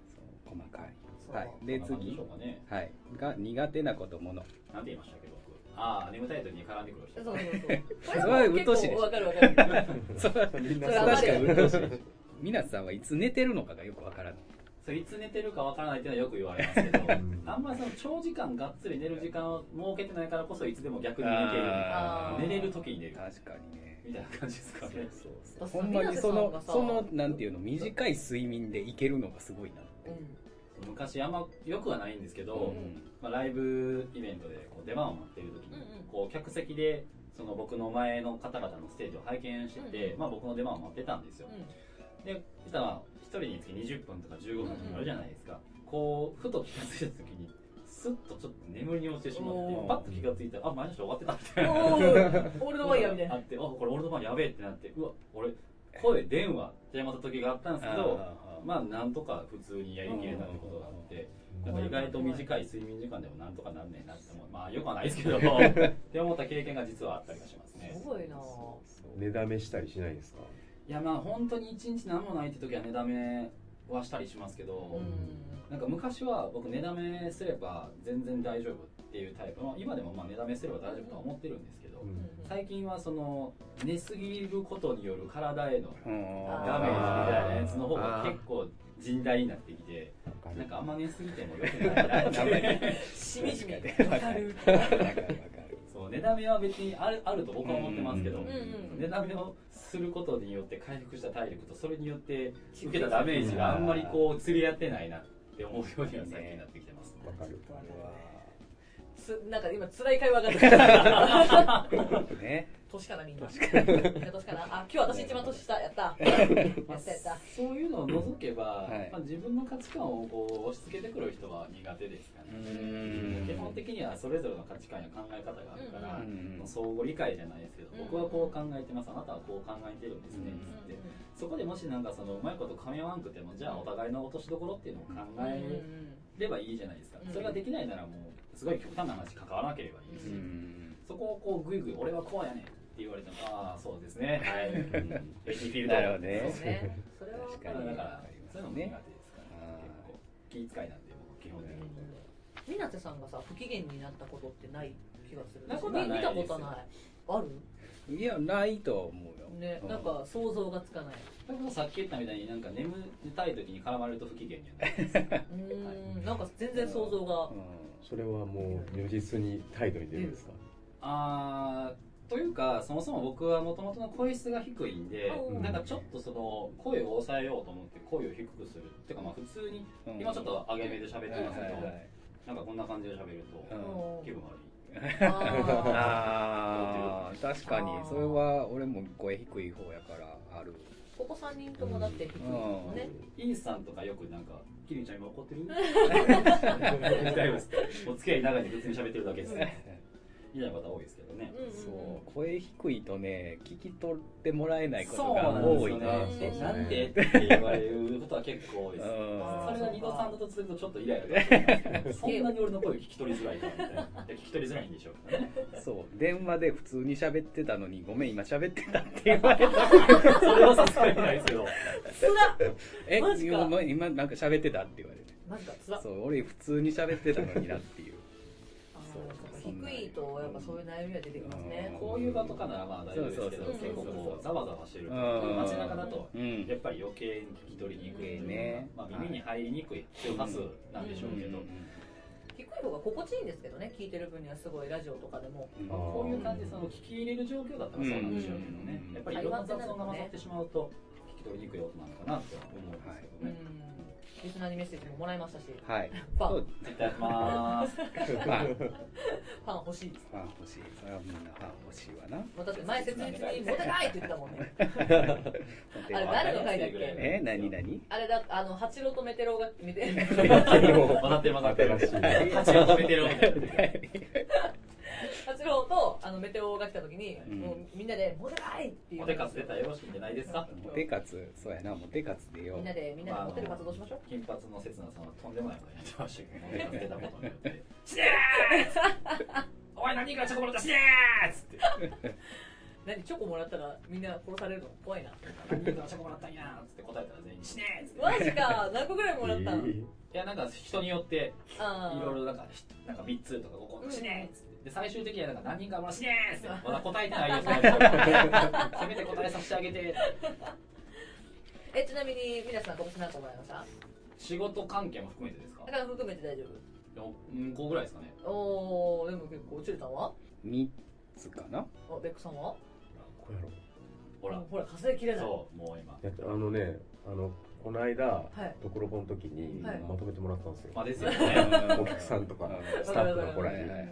Speaker 2: うん細かい
Speaker 4: そう
Speaker 2: はいで
Speaker 3: こんな感じで
Speaker 2: 次
Speaker 3: しょうかね。
Speaker 2: はいが苦手なこともの
Speaker 3: なんて言いましたっけ、僕。ああ、ネムタイトルに絡んでくる人。
Speaker 4: そうそうそう
Speaker 2: す
Speaker 4: こ
Speaker 2: ご
Speaker 4: れ
Speaker 2: い
Speaker 4: も
Speaker 2: 鬱陶しい
Speaker 4: 結
Speaker 2: でし
Speaker 4: 構
Speaker 2: ょ
Speaker 4: わかるわかる
Speaker 2: それは
Speaker 1: みんな
Speaker 4: それ
Speaker 1: そう
Speaker 4: は
Speaker 2: 確かにうっとうしい皆さんはいつ寝てるのかがよくわからない
Speaker 3: そういつ寝てるかわからないっていうのはよく言われますけど、
Speaker 1: ん
Speaker 3: あんまりその長時間がっつり寝る時間を設けてないからこそいつでも逆に寝ているみたいな
Speaker 4: あー
Speaker 3: 寝れる時に寝る
Speaker 2: 確かにね
Speaker 3: みたいな感じですかね。
Speaker 4: そう
Speaker 2: ほんまにそ
Speaker 4: 皆さ
Speaker 2: の
Speaker 4: んがさ
Speaker 2: そのなんていうの短い睡眠でいけるのがすごいなって
Speaker 4: う
Speaker 3: 昔あんま良くはないんですけど、
Speaker 4: うん
Speaker 3: まあ、ライブイベントでこう出番を待っている時に、
Speaker 4: うんうん
Speaker 3: こう客席でその僕の前の方々のステージを拝見してて、まあ、僕の出番を待ってたんですよ、
Speaker 4: んうん
Speaker 3: でそしたら1人につき20分とか15分とかあるじゃないですか、こうふと気がついた時にスッとちょっと眠りに落ちてしまって
Speaker 4: おー
Speaker 3: パッと気がついたらあ前の人終わってたみたいな
Speaker 4: おーオールドワイヤーみたい
Speaker 3: あ
Speaker 4: な
Speaker 3: ってあこれ俺の番やべえってなってうわ俺声電話ってやまった時があったんですけどまあなんとか普通にやりきれたってことがあって、なんか意外と短い睡眠時間でもなんとかなんねえなって思う、まあよくはないです けど、って思った経験が実はあったりはしますね
Speaker 4: す。ごいな
Speaker 1: 寝だめしたりしないですか
Speaker 3: いやまあ本当に一日何もないって時は寝だめはしたりしますけ
Speaker 4: う
Speaker 3: ど、
Speaker 4: ん
Speaker 3: なんか昔は僕寝だめすれば全然大丈夫っていうタイプ、まあ、今でもまあ寝だめすれば大丈夫とは思ってるんですけど、最近はその寝すぎることによる体へのダメージみたいなやつの方が結構甚大になってきて、
Speaker 1: わか
Speaker 3: な
Speaker 1: る
Speaker 3: んかあんま寝すぎても良くないなって
Speaker 4: しみじみわ
Speaker 2: 確
Speaker 4: かる
Speaker 3: そう寝だめは別にあるあると僕は思ってますけど、
Speaker 2: うん
Speaker 4: うん
Speaker 3: 寝だめをすることによって回復した体力とそれによって受けたダメージがあんまりこう釣り合ってないなって思うようには最近なってきてます、
Speaker 1: わかる
Speaker 4: つなんか今辛い会話が出てきた
Speaker 2: ね
Speaker 4: 年かなみんな年かなあ今日私一番年下やったやったやった
Speaker 3: そういうのを除けば、
Speaker 2: はい
Speaker 3: まあ、自分の価値観をこう押し付けてくる人は苦手ですかね、基本的にはそれぞれの価値観や考え方があるから、
Speaker 2: うんうん
Speaker 3: 相互理解じゃないですけど、
Speaker 4: うん
Speaker 3: 僕はこう考えてますあなたはこう考えてるんですね、
Speaker 2: うん
Speaker 3: つってそこでもしなんかそのうまいこと噛み合わんくてもじゃあお互いの落としどころっていうのを考
Speaker 4: うんうん
Speaker 3: えればいいじゃないですか、
Speaker 4: うん
Speaker 3: それができないならもうすごい極端な話関わらなければいいし、そこをこうグイグイ俺はこうやねんって言われてもああそうですねはい ベティフィールド
Speaker 2: なるほど
Speaker 4: うん
Speaker 2: ね
Speaker 4: そうねそれは分
Speaker 2: 確
Speaker 3: だ
Speaker 4: かる
Speaker 3: か
Speaker 2: に
Speaker 3: ら
Speaker 2: ね
Speaker 3: だからそういうのも苦手ですから、ね
Speaker 2: ね、
Speaker 3: 結構気遣いなんで僕基本的に。
Speaker 4: みなてさんがさ不機嫌になったことってない気がする
Speaker 3: なことはない
Speaker 4: み見たこと
Speaker 3: で
Speaker 4: ないある
Speaker 2: いやないと思うよ
Speaker 4: ね、なんか想像がつかない。
Speaker 3: だからさっき言ったみたいになんか眠たい時に絡まれると不機嫌になる
Speaker 4: うーん、なんか全然想像が。
Speaker 1: それはもう如実に態度に出るんですか
Speaker 3: あーというかそもそも僕はもともとの声質が低いんで
Speaker 4: うん
Speaker 3: なんかちょっとその声を抑えようと思って声を低くするっていうかまあ普通に今ちょっと上げ目で喋ってますけどなんかこんな感じで喋ると気分悪い
Speaker 4: あー
Speaker 2: ああ確かにそれは俺も声低い方やからある
Speaker 4: ここ三人ともだって低いもんね。
Speaker 3: インさんとかよくなんか「キリンちゃん今怒ってる? 」みたいなお付き合い長いんで別に喋ってるだけですみたいな方多いですけどね
Speaker 4: うんうんうん
Speaker 2: そう声低いとね聞き取ってもらえないこ
Speaker 3: そ
Speaker 2: と
Speaker 3: うな
Speaker 2: が多い
Speaker 3: ん
Speaker 2: な
Speaker 3: ですよね
Speaker 4: そう
Speaker 3: なんでって言われることは結構多いです
Speaker 2: うん
Speaker 3: それが二度三度と続くとちょっとイライラするんですけどそんなに俺の声聞き取りづらいかみたいな聞き取りづらいんでしょうかね
Speaker 2: そう電話で普通に喋ってたのにごめん今喋ってたって言われた
Speaker 3: それはさすがにないですけど
Speaker 4: つら。
Speaker 2: え
Speaker 4: マジか
Speaker 2: ごめん今なんか喋ってたって言われて
Speaker 4: なんかつら。あ
Speaker 2: そう俺普通に喋ってたのになって い
Speaker 4: ー
Speaker 2: う
Speaker 4: なんか低いとやっぱそういう悩みが出てきますね。
Speaker 3: こういう場とかならまあ大丈夫ですけど
Speaker 4: そうそう
Speaker 3: 結
Speaker 4: そう
Speaker 3: 構こうざわざわしてる
Speaker 2: うん
Speaker 3: 街中だと
Speaker 2: うん
Speaker 3: やっぱり余計に聞き取りにくいというか
Speaker 2: ね
Speaker 3: まあ、耳に入りにくい周波数なんでしょうけど、
Speaker 4: 低い方が心地いいんですけどね、聞いてる分にはすごいラジオとかでも。
Speaker 3: まあ、こういう感じでその聞き入れる状況だったらそうなんでしょうけどね、
Speaker 2: うん
Speaker 3: やっぱりいろんな雑音が混ざってしまうと聞き取りにくい音なのかなって思うんですけ
Speaker 4: う
Speaker 3: ど
Speaker 4: ん
Speaker 3: ね、。
Speaker 4: リスナーにメッセージももらいましたし。
Speaker 2: はい
Speaker 4: ファ
Speaker 2: そ
Speaker 4: ン
Speaker 2: う
Speaker 3: 絶対やってます
Speaker 2: まあ
Speaker 4: ファン欲しいです。
Speaker 2: ファン欲しい。それはみんなファン欲しいわな。
Speaker 4: まあ、確かに前説明中にモテないって言ってたもんね。あれ
Speaker 2: わか
Speaker 4: 誰
Speaker 2: る
Speaker 4: の回だ
Speaker 3: 誰
Speaker 4: っけ
Speaker 2: え、何何
Speaker 4: あれだ、あの、八郎とメテロが、メテ
Speaker 3: 混ざってる混ざってる。
Speaker 1: 新しいね
Speaker 3: 八郎とメテロみたいな。
Speaker 4: 八郎とあのメテオが来た時に、
Speaker 2: うん
Speaker 4: もうみんなで「モテない!」っていう
Speaker 3: モテ活出たらよろしいんじゃないですか。
Speaker 2: モテ活、そうやな、モテ活でよ
Speaker 4: みん。なでみんなでモテる活動しましょう、
Speaker 3: 金髪の刹那さんはとんでもないことやってましたけど、モテ活出たことによって。お前何人からチョコもらったしねーっつって。
Speaker 4: 何チョコもらったらみんな殺されるの怖いな
Speaker 3: 何人からチョコもらったんやーっつって答えたら全員しねーっつって。
Speaker 4: マジか何個ぐらいもらったの、
Speaker 3: いやなんか人によって
Speaker 4: あー
Speaker 3: いろいろなんかひなんか三つとか五個しねーっつってで最終的にはなんか何人かもらしねーっつってまだ答えてないよその人せめて答えさせてあげて。
Speaker 4: えちなみに皆さん今年何個もらいました
Speaker 3: 仕事関係も含めてですか
Speaker 4: だ。から含めて大丈
Speaker 3: 四個ぐらいですかね。
Speaker 4: 夫おーでも結構チルさんは
Speaker 2: 三つかな。
Speaker 4: あベックさんは
Speaker 1: こうやろ
Speaker 3: ほら
Speaker 4: もう。ほら稼ぎきれない
Speaker 3: そうもう今。
Speaker 1: だってあのねあのこの間
Speaker 4: はい
Speaker 1: ところぼの時に
Speaker 4: はい
Speaker 1: まとめてもらったんですよ、
Speaker 3: まあですよね。
Speaker 1: お客さんとか
Speaker 2: う
Speaker 1: スタッフが
Speaker 4: こ
Speaker 1: こ
Speaker 4: れ
Speaker 1: れ
Speaker 4: はい
Speaker 2: は
Speaker 4: はいい、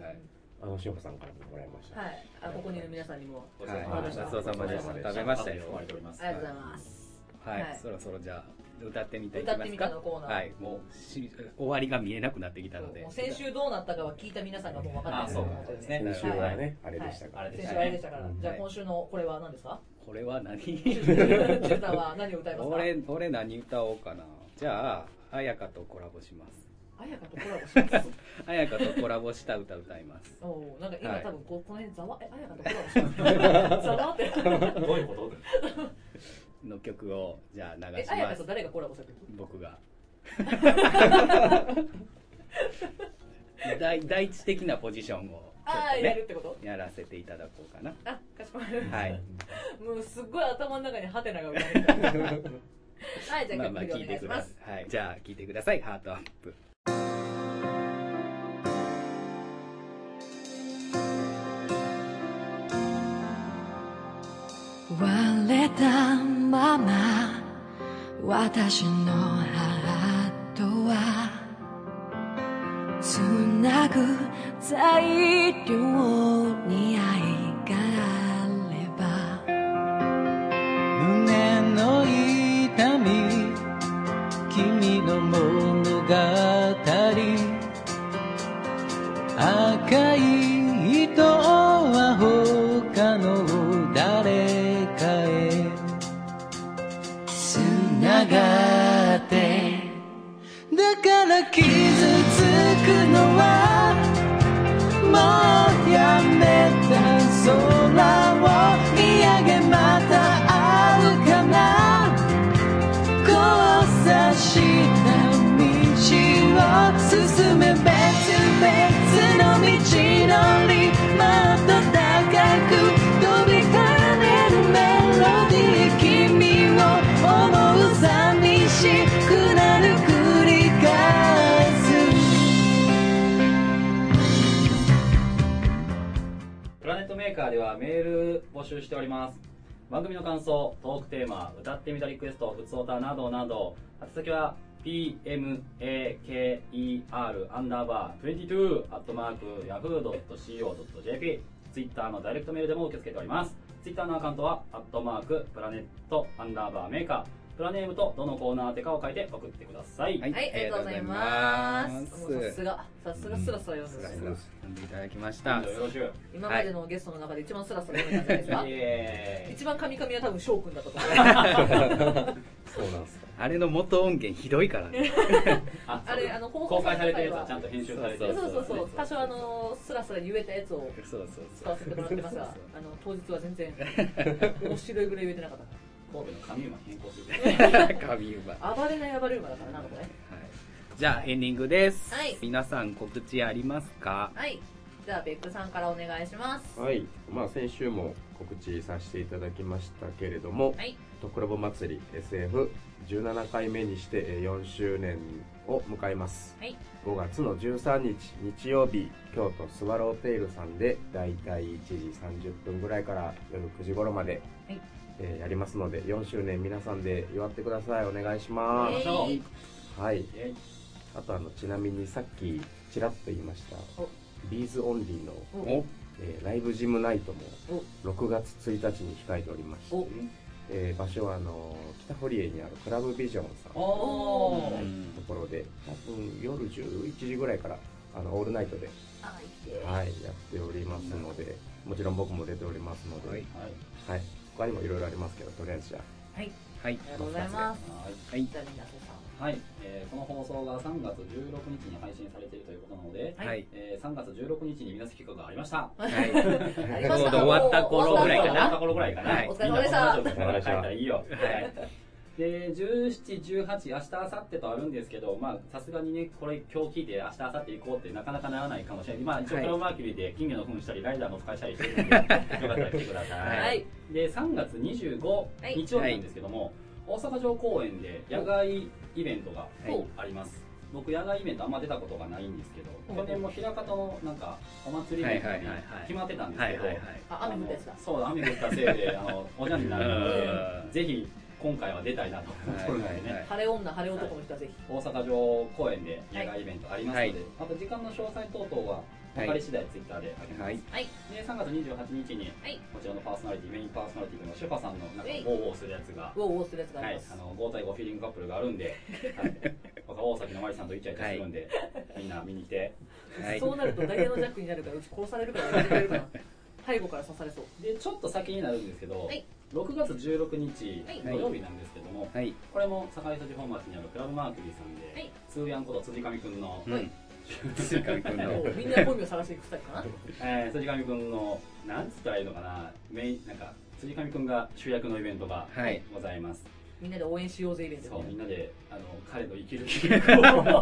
Speaker 1: あの塩子さんからももらいました、
Speaker 4: あここにいる皆さんにも
Speaker 3: ご
Speaker 2: はい
Speaker 4: ごちそう
Speaker 2: さまでした食べましたよ
Speaker 3: 終わりております
Speaker 4: ありがとうございます
Speaker 2: はい、
Speaker 4: はい
Speaker 2: そろそろじゃあ歌ってみていき
Speaker 4: 歌っ
Speaker 2: ま
Speaker 4: て
Speaker 2: す
Speaker 4: み
Speaker 2: か
Speaker 4: たのコーナー、
Speaker 2: はいもうし終わりが見えなくなってきたので
Speaker 4: もう先週どうなったかは聞いた皆さんがもう分かっ
Speaker 3: あ、
Speaker 4: てる
Speaker 3: そう
Speaker 4: と思
Speaker 3: そう
Speaker 4: の
Speaker 3: ですね。
Speaker 1: 先週はね、あれでしたから、
Speaker 3: あれ
Speaker 4: 先
Speaker 3: でし
Speaker 4: 週
Speaker 3: た
Speaker 4: あれで
Speaker 3: ね
Speaker 4: し。たから、
Speaker 1: うん
Speaker 4: じゃあ今週のこれは何ですか？
Speaker 2: これは何
Speaker 4: シュウさんは何を歌いますか？
Speaker 2: 俺俺何歌おうかなじゃあ彩香とコラボします
Speaker 4: あやかとコラボします。
Speaker 2: 彩香とコラボした歌歌います
Speaker 4: おお、なんか今、
Speaker 2: はい
Speaker 4: 多分ここの辺ざわえあやかとコラ ボします。ざわっ
Speaker 3: ど
Speaker 4: て。
Speaker 3: ういうこと
Speaker 2: の曲をじゃあ流
Speaker 4: え
Speaker 2: し
Speaker 4: あや
Speaker 2: ま
Speaker 4: か
Speaker 2: す
Speaker 4: と誰がコラボしたってこ
Speaker 2: 僕が 大第一的なポジションを
Speaker 4: と？
Speaker 2: ちょっ
Speaker 4: ああ
Speaker 2: と
Speaker 4: やる
Speaker 2: ね
Speaker 4: ってこと？
Speaker 2: やらせていただこうかな
Speaker 4: あかしこまりまし
Speaker 2: はい
Speaker 4: た。もうすっごい頭の中にハテナが浮かんできた。はいじゃあ
Speaker 2: まあ
Speaker 4: 曲
Speaker 2: ま
Speaker 4: 振り
Speaker 2: あ聞い
Speaker 4: お願
Speaker 2: て
Speaker 4: いし
Speaker 2: く
Speaker 4: ま
Speaker 2: ださ
Speaker 4: す。
Speaker 2: い、はい、じゃあ聞いてくださいハートアップ
Speaker 6: 割れたまま私のハートはつなぐ材料に愛があれば
Speaker 7: 胸の痛み君の物語赤い糸は他の誰かへ
Speaker 6: つ
Speaker 7: な
Speaker 6: な
Speaker 7: が
Speaker 6: が
Speaker 7: っ
Speaker 6: ってて
Speaker 7: だから傷つくのはもうやめた空を見上げまた会うかな交差した道を進め別々の道のりまっと高く飛び跳ねるメロディー君を思う寂しくなる繰り返す
Speaker 3: プラネットメーカーではメール募集しております。番組の感想、トークテーマ、歌ってみたリクエスト、ふつおたなどなど、宛先は pmaker アンダーバー22アットマーク yahoo.co.jp ツイッターのダイレクトメールでも受け付けております。ツイッターのアカウントは、アットマークプラネットアンダーバーメーカー、プラネームとどのコーナー宛てかを書いて送ってください。
Speaker 2: はい
Speaker 4: はいありがとうございます。
Speaker 2: あ
Speaker 4: も
Speaker 2: りが
Speaker 4: う
Speaker 2: とうございます
Speaker 4: さすがさすがスラスラ読ん
Speaker 2: ス
Speaker 4: で
Speaker 2: ラ
Speaker 4: る
Speaker 2: スラ読んでいただきました
Speaker 3: よろしく。
Speaker 4: 今までのゲストの中で一番スラスラ読んでるんじゃない
Speaker 3: イ
Speaker 4: ですか？
Speaker 3: エーイ
Speaker 4: 一番カミカミは多分翔くんだったと思う。
Speaker 1: そうなんですか
Speaker 2: あれの元音源ひどいか らね
Speaker 3: あ
Speaker 4: あれあの
Speaker 3: 公開されたやつはちゃんと編集されて
Speaker 4: そう
Speaker 3: る
Speaker 4: そうそうそう多少あのスラスラ言えたやつを
Speaker 2: そうそう
Speaker 4: 使
Speaker 2: そう
Speaker 4: わせてもらってますがあの当日は全然面白いぐらい言えてなかっ
Speaker 3: 神戸の神馬変更する。
Speaker 2: 神馬
Speaker 4: たから暴れない暴れ馬だからなのね
Speaker 2: はいじゃあエンディングです、
Speaker 4: はい
Speaker 2: 皆さん告知ありますか
Speaker 4: はいじゃあベックさんからお願いします
Speaker 1: はい、まあ、先週も告知させていただきましたけれども、
Speaker 4: はい
Speaker 1: とくろぼ祭り SF17 回目にしてえー4周年を迎えます、
Speaker 4: はい
Speaker 1: 5月の13日日曜日京都スワローテイルさんでだいたい1時30分ぐらいから夜9時頃まで、
Speaker 4: はい
Speaker 1: えーやりますので4周年皆さんで祝ってくださいお願いしま
Speaker 4: イエ
Speaker 1: す、
Speaker 4: ーイ
Speaker 1: はい
Speaker 3: イエイ
Speaker 1: あとあのちなみにさっきちらっと言いました
Speaker 4: お
Speaker 1: ビーズオンリーの、
Speaker 2: お
Speaker 1: えーライブジムナイトも6月1日に控えておりまして、えー場所はあの北堀江にあるクラブビジョンさんの
Speaker 3: お
Speaker 2: う
Speaker 3: ー
Speaker 2: ん
Speaker 1: ところで多分夜11時ぐらいからあのオールナイトで、
Speaker 4: あ生きて
Speaker 1: はい、やっておりますのでもちろん僕も出ておりますので、
Speaker 2: は
Speaker 1: はいい他にもいろいろありますけどとりあえずじゃあ
Speaker 4: はい
Speaker 2: はい
Speaker 4: ありがとうございます
Speaker 3: はい
Speaker 2: はい
Speaker 4: じゃあみんな瀬さん
Speaker 3: はい、えーこの放送が3月16日に配信されているということなので、
Speaker 2: はい
Speaker 3: えー3月16日に皆さん企画がありました。
Speaker 2: はい
Speaker 4: あり
Speaker 2: ちょ
Speaker 4: ま
Speaker 2: う
Speaker 4: し
Speaker 2: ど
Speaker 4: た
Speaker 2: 終わった頃ぐらい
Speaker 3: 終
Speaker 2: か
Speaker 3: わった
Speaker 2: な
Speaker 3: 頃ぐらいかな。
Speaker 2: はい
Speaker 4: お疲れ様でした
Speaker 3: みんなこのラジオから帰ったらいいよ。
Speaker 2: はい
Speaker 3: で、17、18、明日、明後日とあるんですけど、まあ、さすがにね、これ今日聞いて、明日、明後日行こうってなかなかならないかもしれない。まあ、一応、
Speaker 2: はい
Speaker 3: クロマーキュリーで金魚の糞したり、ライダーの使いしたりして るんで、よかったら来てください。
Speaker 4: はい
Speaker 3: で3月25、
Speaker 4: い
Speaker 3: 日曜日なんですけども、大阪城公園で野外イベントが
Speaker 2: い
Speaker 3: あります、僕野外イベントあんま出たことがないんですけど、去年も平方のなんかお祭りイベント
Speaker 2: はい
Speaker 3: に
Speaker 2: はいはいはい
Speaker 3: 決まってたんです
Speaker 2: は
Speaker 3: け
Speaker 2: い
Speaker 3: ど、
Speaker 2: はいはい
Speaker 4: あ雨降ったやつだ
Speaker 3: あのそう雨降ったせいであのおじゃんになるの
Speaker 2: うん
Speaker 3: でぜひ今回は出たいなと思っておるのでね、
Speaker 2: はいはい
Speaker 4: 晴れ女晴れ男の人はぜひ
Speaker 3: 大阪城公園で野外イベントありますので、
Speaker 2: はい
Speaker 3: あと時間の詳細等々は分かり次第ツイッターであげます、
Speaker 2: はい
Speaker 4: はい
Speaker 3: で3月28日に
Speaker 4: はい
Speaker 3: こちらのパーソナリティメインパーソナリティのシュパさんのなんかウォーウォーするやつが
Speaker 4: ウォーウォーするやつがあ
Speaker 3: は
Speaker 4: り
Speaker 3: い
Speaker 4: ます、
Speaker 3: あの5対5フィーリングカップルがあるん で、はい、僕は大崎のマリさんとイチャイチャするんで、みんな見に来て
Speaker 2: はい
Speaker 4: そうなるとダイヤのジャックになるからうち殺されるからやめてくれるかな背後から刺されそう
Speaker 3: でちょっと先になるんですけど、
Speaker 4: はい
Speaker 3: 6月16日
Speaker 4: はい
Speaker 3: 土曜日なんですけども、
Speaker 2: はい
Speaker 3: これも堺筋本町にあるクラブマーキュリーさんで、
Speaker 4: はい
Speaker 3: 通ヤンこと辻上くんの、
Speaker 2: うん辻上くんの
Speaker 4: もうみんな本名探していくスタイルかな
Speaker 3: えー、辻上くんのなんつったらいいのかなメインなんか辻上くんが主役のイベントが
Speaker 2: はい
Speaker 3: ございます、
Speaker 4: みんなで応援しようぜイベント
Speaker 3: そうみ
Speaker 4: ね
Speaker 3: んなであの彼の生きる気力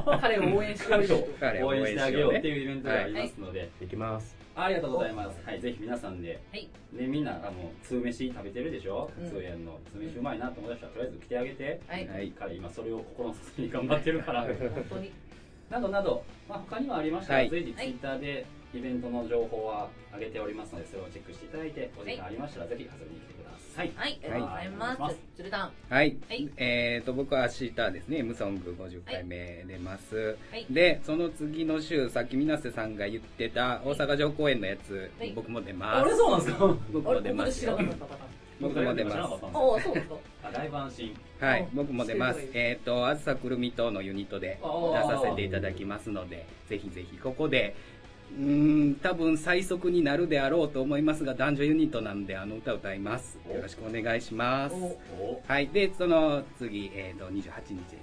Speaker 3: を
Speaker 4: 彼を応援しようイベント
Speaker 2: 彼を
Speaker 3: 応援してあげようって
Speaker 2: ね
Speaker 3: いうイベントがありますので、
Speaker 1: できます
Speaker 3: ありがとうございます。はい、ぜひ皆さんで、
Speaker 4: はい
Speaker 3: ね、みんな、あの、通飯食べてるでしょ、
Speaker 4: うん
Speaker 3: 通園の。通飯うまいなと思った人は、とりあえず来てあげて。
Speaker 4: はい
Speaker 2: はい
Speaker 3: 彼、今、それを心の支えに頑張ってるから。
Speaker 4: 本当に
Speaker 3: などなど、まあ、他にもありましたら、
Speaker 2: はい
Speaker 3: 随時、ツイッターで、イベントの情報は上げておりますので、それをチェックしていただいて、お時間ありましたら、ぜひ遊びに来てください。
Speaker 4: はいありがとうございます、
Speaker 3: はい
Speaker 4: つるたん
Speaker 2: はい、
Speaker 4: はい
Speaker 2: えー、と僕は明日ですね「M ソング50回目出ます、
Speaker 4: はい
Speaker 2: でその次の週さっき水瀬さんが言ってた大阪城公演のやつ、
Speaker 4: はい
Speaker 2: 僕も出
Speaker 3: あ
Speaker 2: ま
Speaker 3: れ
Speaker 2: す
Speaker 3: そうなんですか
Speaker 2: 僕
Speaker 4: あれ
Speaker 2: も
Speaker 4: こ
Speaker 2: 出
Speaker 4: こ
Speaker 2: ま
Speaker 4: です知ら
Speaker 2: よ
Speaker 4: なかったパタ
Speaker 2: 僕も出ます
Speaker 3: 知らなかったん
Speaker 4: ー
Speaker 3: で
Speaker 4: ンああそうですか
Speaker 3: すあ、だいぶ安心。
Speaker 2: はい
Speaker 4: お、
Speaker 2: 僕も出ます
Speaker 4: すごい。
Speaker 2: えっ、と、あずさくるみとのユニットで
Speaker 3: お
Speaker 2: 出させていただきますので、ぜひぜひここで、うーん、多分最速になるであろうと思いますが、男女ユニットなんで、あの歌を歌います。
Speaker 3: お
Speaker 2: よろしくお願いします。
Speaker 4: お
Speaker 3: お
Speaker 2: はい、で、その次、えっ、と、28日で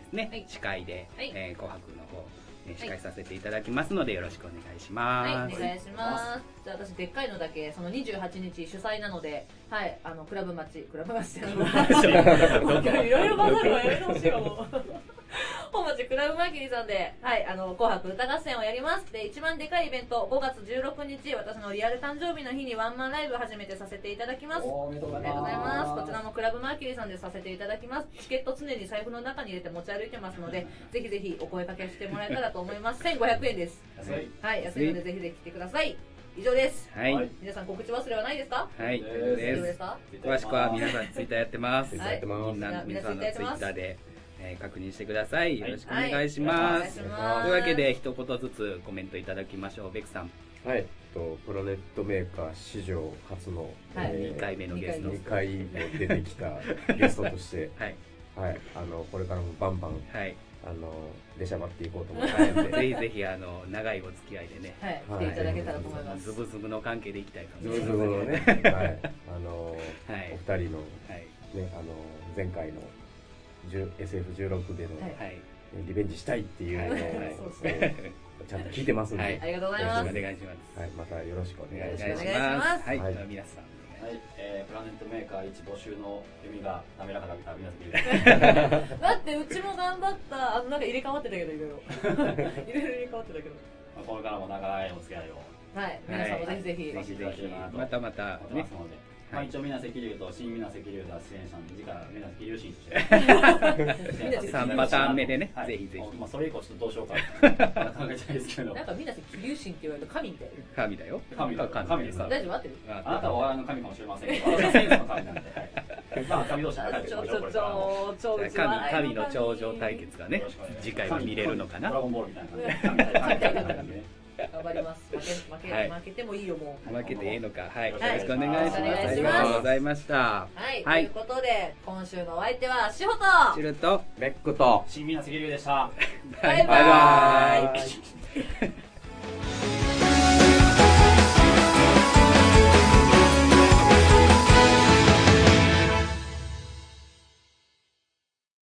Speaker 2: すね、
Speaker 4: はい
Speaker 2: 司会で、
Speaker 4: はい
Speaker 2: えー紅白の方、えー司会させていただきますので、よろしくお願いします。
Speaker 4: はい、お願いします。じゃあ私でっかいのだけ、その28日主催なので、はい、あのクラブ町、クラブ町じゃ ない。いろいろ混ざるわ、やめてほしいわ、もう。本町クラブマーキリさんで、はい、あの紅白歌合戦をやります。で、一番でかいイベント、5月16日、私のリアル誕生日の日にワンマンライブ初めてさせていただきます。
Speaker 3: おおめでとうご
Speaker 4: あ
Speaker 3: ざい
Speaker 4: り
Speaker 3: ま
Speaker 4: が
Speaker 3: す
Speaker 4: とうございます。こちらもクラブマーキュリーさんでさせていただきます。チケット常に財布の中に入れて持ち歩いてますの で、ぜひぜひお声掛けしてもらえたらと思います。1500円です。
Speaker 3: 安い
Speaker 4: はい、安いのでぜひぜひ来てください。以上です。
Speaker 2: はい。はい。
Speaker 4: 皆さん告知忘れはないですか？
Speaker 2: はい、
Speaker 3: です
Speaker 2: 大丈夫
Speaker 4: 大
Speaker 2: で
Speaker 4: 丈夫です
Speaker 2: す。
Speaker 4: か？
Speaker 2: 詳しくは皆さんツイッターやってます。
Speaker 1: ツイッターやってます
Speaker 2: みんな皆さんのツイッターで、えー確認してください。よろしくお
Speaker 4: はい
Speaker 2: 願いしま
Speaker 4: はい
Speaker 2: す。
Speaker 4: お願いします
Speaker 2: というわけで、一言ずつコメントいただきましょう。ベクさん、
Speaker 1: はい、えっと、プラネットメーカー史上初の、
Speaker 4: はい
Speaker 2: 2回目のゲスト。
Speaker 1: 2回も出てきたゲストとして、
Speaker 2: はい。
Speaker 1: はい、あのこれからもバンバン
Speaker 2: はい。
Speaker 1: あの出しゃばっていこうと思いますので、
Speaker 2: ぜひぜひ、あの、長いお付き合いでね、
Speaker 4: はい、来
Speaker 1: は
Speaker 4: て
Speaker 1: い
Speaker 4: いただけたらと思います
Speaker 2: ズ。ブズブの関係でいきたいかもし
Speaker 1: ズ
Speaker 2: れ
Speaker 1: ブ
Speaker 2: ま
Speaker 1: ズ
Speaker 2: せん
Speaker 1: ブのね、はい、あの
Speaker 2: はい
Speaker 1: お二人の,、
Speaker 2: はい。
Speaker 1: ね、あの前回の10 SF16 での、
Speaker 4: はい
Speaker 2: はい。
Speaker 1: リベンジしたいっていうのを、
Speaker 2: はい
Speaker 4: そう
Speaker 1: ちゃんと聞いてますんで、
Speaker 2: は
Speaker 1: はいい
Speaker 4: ありがとうござい
Speaker 2: よ
Speaker 4: ま
Speaker 2: ろ
Speaker 4: す
Speaker 2: しく。お願いします。
Speaker 1: またよろしくお願いします。
Speaker 4: よろしくお願いします
Speaker 2: はい。
Speaker 1: はい
Speaker 2: では皆さん、お願いしま
Speaker 3: はい、えー、プラネットメーカー一募集の弓が滑らかだった皆さん
Speaker 4: だってうちも頑張った。あのなんか入れ替わってたけどい ろいろ。いろいろ入れ替わってたけど。
Speaker 3: まあ、これからも長いお付き合いを
Speaker 4: はい、皆さんもぜひぜひ。
Speaker 2: ぜ
Speaker 4: は
Speaker 2: ひぜひ、またまた
Speaker 3: 持ってま
Speaker 2: ね
Speaker 3: す、ので、ま
Speaker 2: は
Speaker 3: あ、
Speaker 2: い
Speaker 3: 一応水無瀬桐生と新水無瀬桐生が出演者の次から水無瀬桐生新として
Speaker 2: 三パターン目でね
Speaker 3: はい
Speaker 2: ぜひぜひ
Speaker 3: まあ、それ以降ちょっとどうしようかな考えたいですけど
Speaker 4: なんかみんな桐生神って言われると神みたい
Speaker 2: 神だよ。
Speaker 3: 神だ
Speaker 2: 神
Speaker 3: 神です
Speaker 4: な。大丈夫合ってる？
Speaker 2: あ
Speaker 3: あなたはお笑いの神かもしれませんけど私はセンスの神なんで、はい、まあ神同士の
Speaker 4: あ
Speaker 3: 神で
Speaker 4: ち
Speaker 3: し
Speaker 4: ょ
Speaker 3: ょ
Speaker 4: ち
Speaker 3: こ
Speaker 4: ょ
Speaker 3: れ
Speaker 4: ち
Speaker 3: からも
Speaker 4: ょちょうちは
Speaker 2: 神神の頂上対決がね
Speaker 3: よろしくお願いします
Speaker 2: 次回は見れるのかな
Speaker 3: ドラゴンボールみたいな感じで神対決みたいな感じでね
Speaker 4: 頑張ります負け負け,、
Speaker 2: はい
Speaker 4: 負けてもいいよもう
Speaker 2: 負けていいのか。はい。よ
Speaker 4: はい
Speaker 2: ろしくお願いします。
Speaker 4: お願いします
Speaker 2: ありがとうございました。
Speaker 4: はい、
Speaker 2: はい
Speaker 4: ということで今週のお相手はしほと
Speaker 2: チルと、
Speaker 5: ベックと
Speaker 3: 新宮杉流でした。
Speaker 4: バイバーイ
Speaker 2: イ。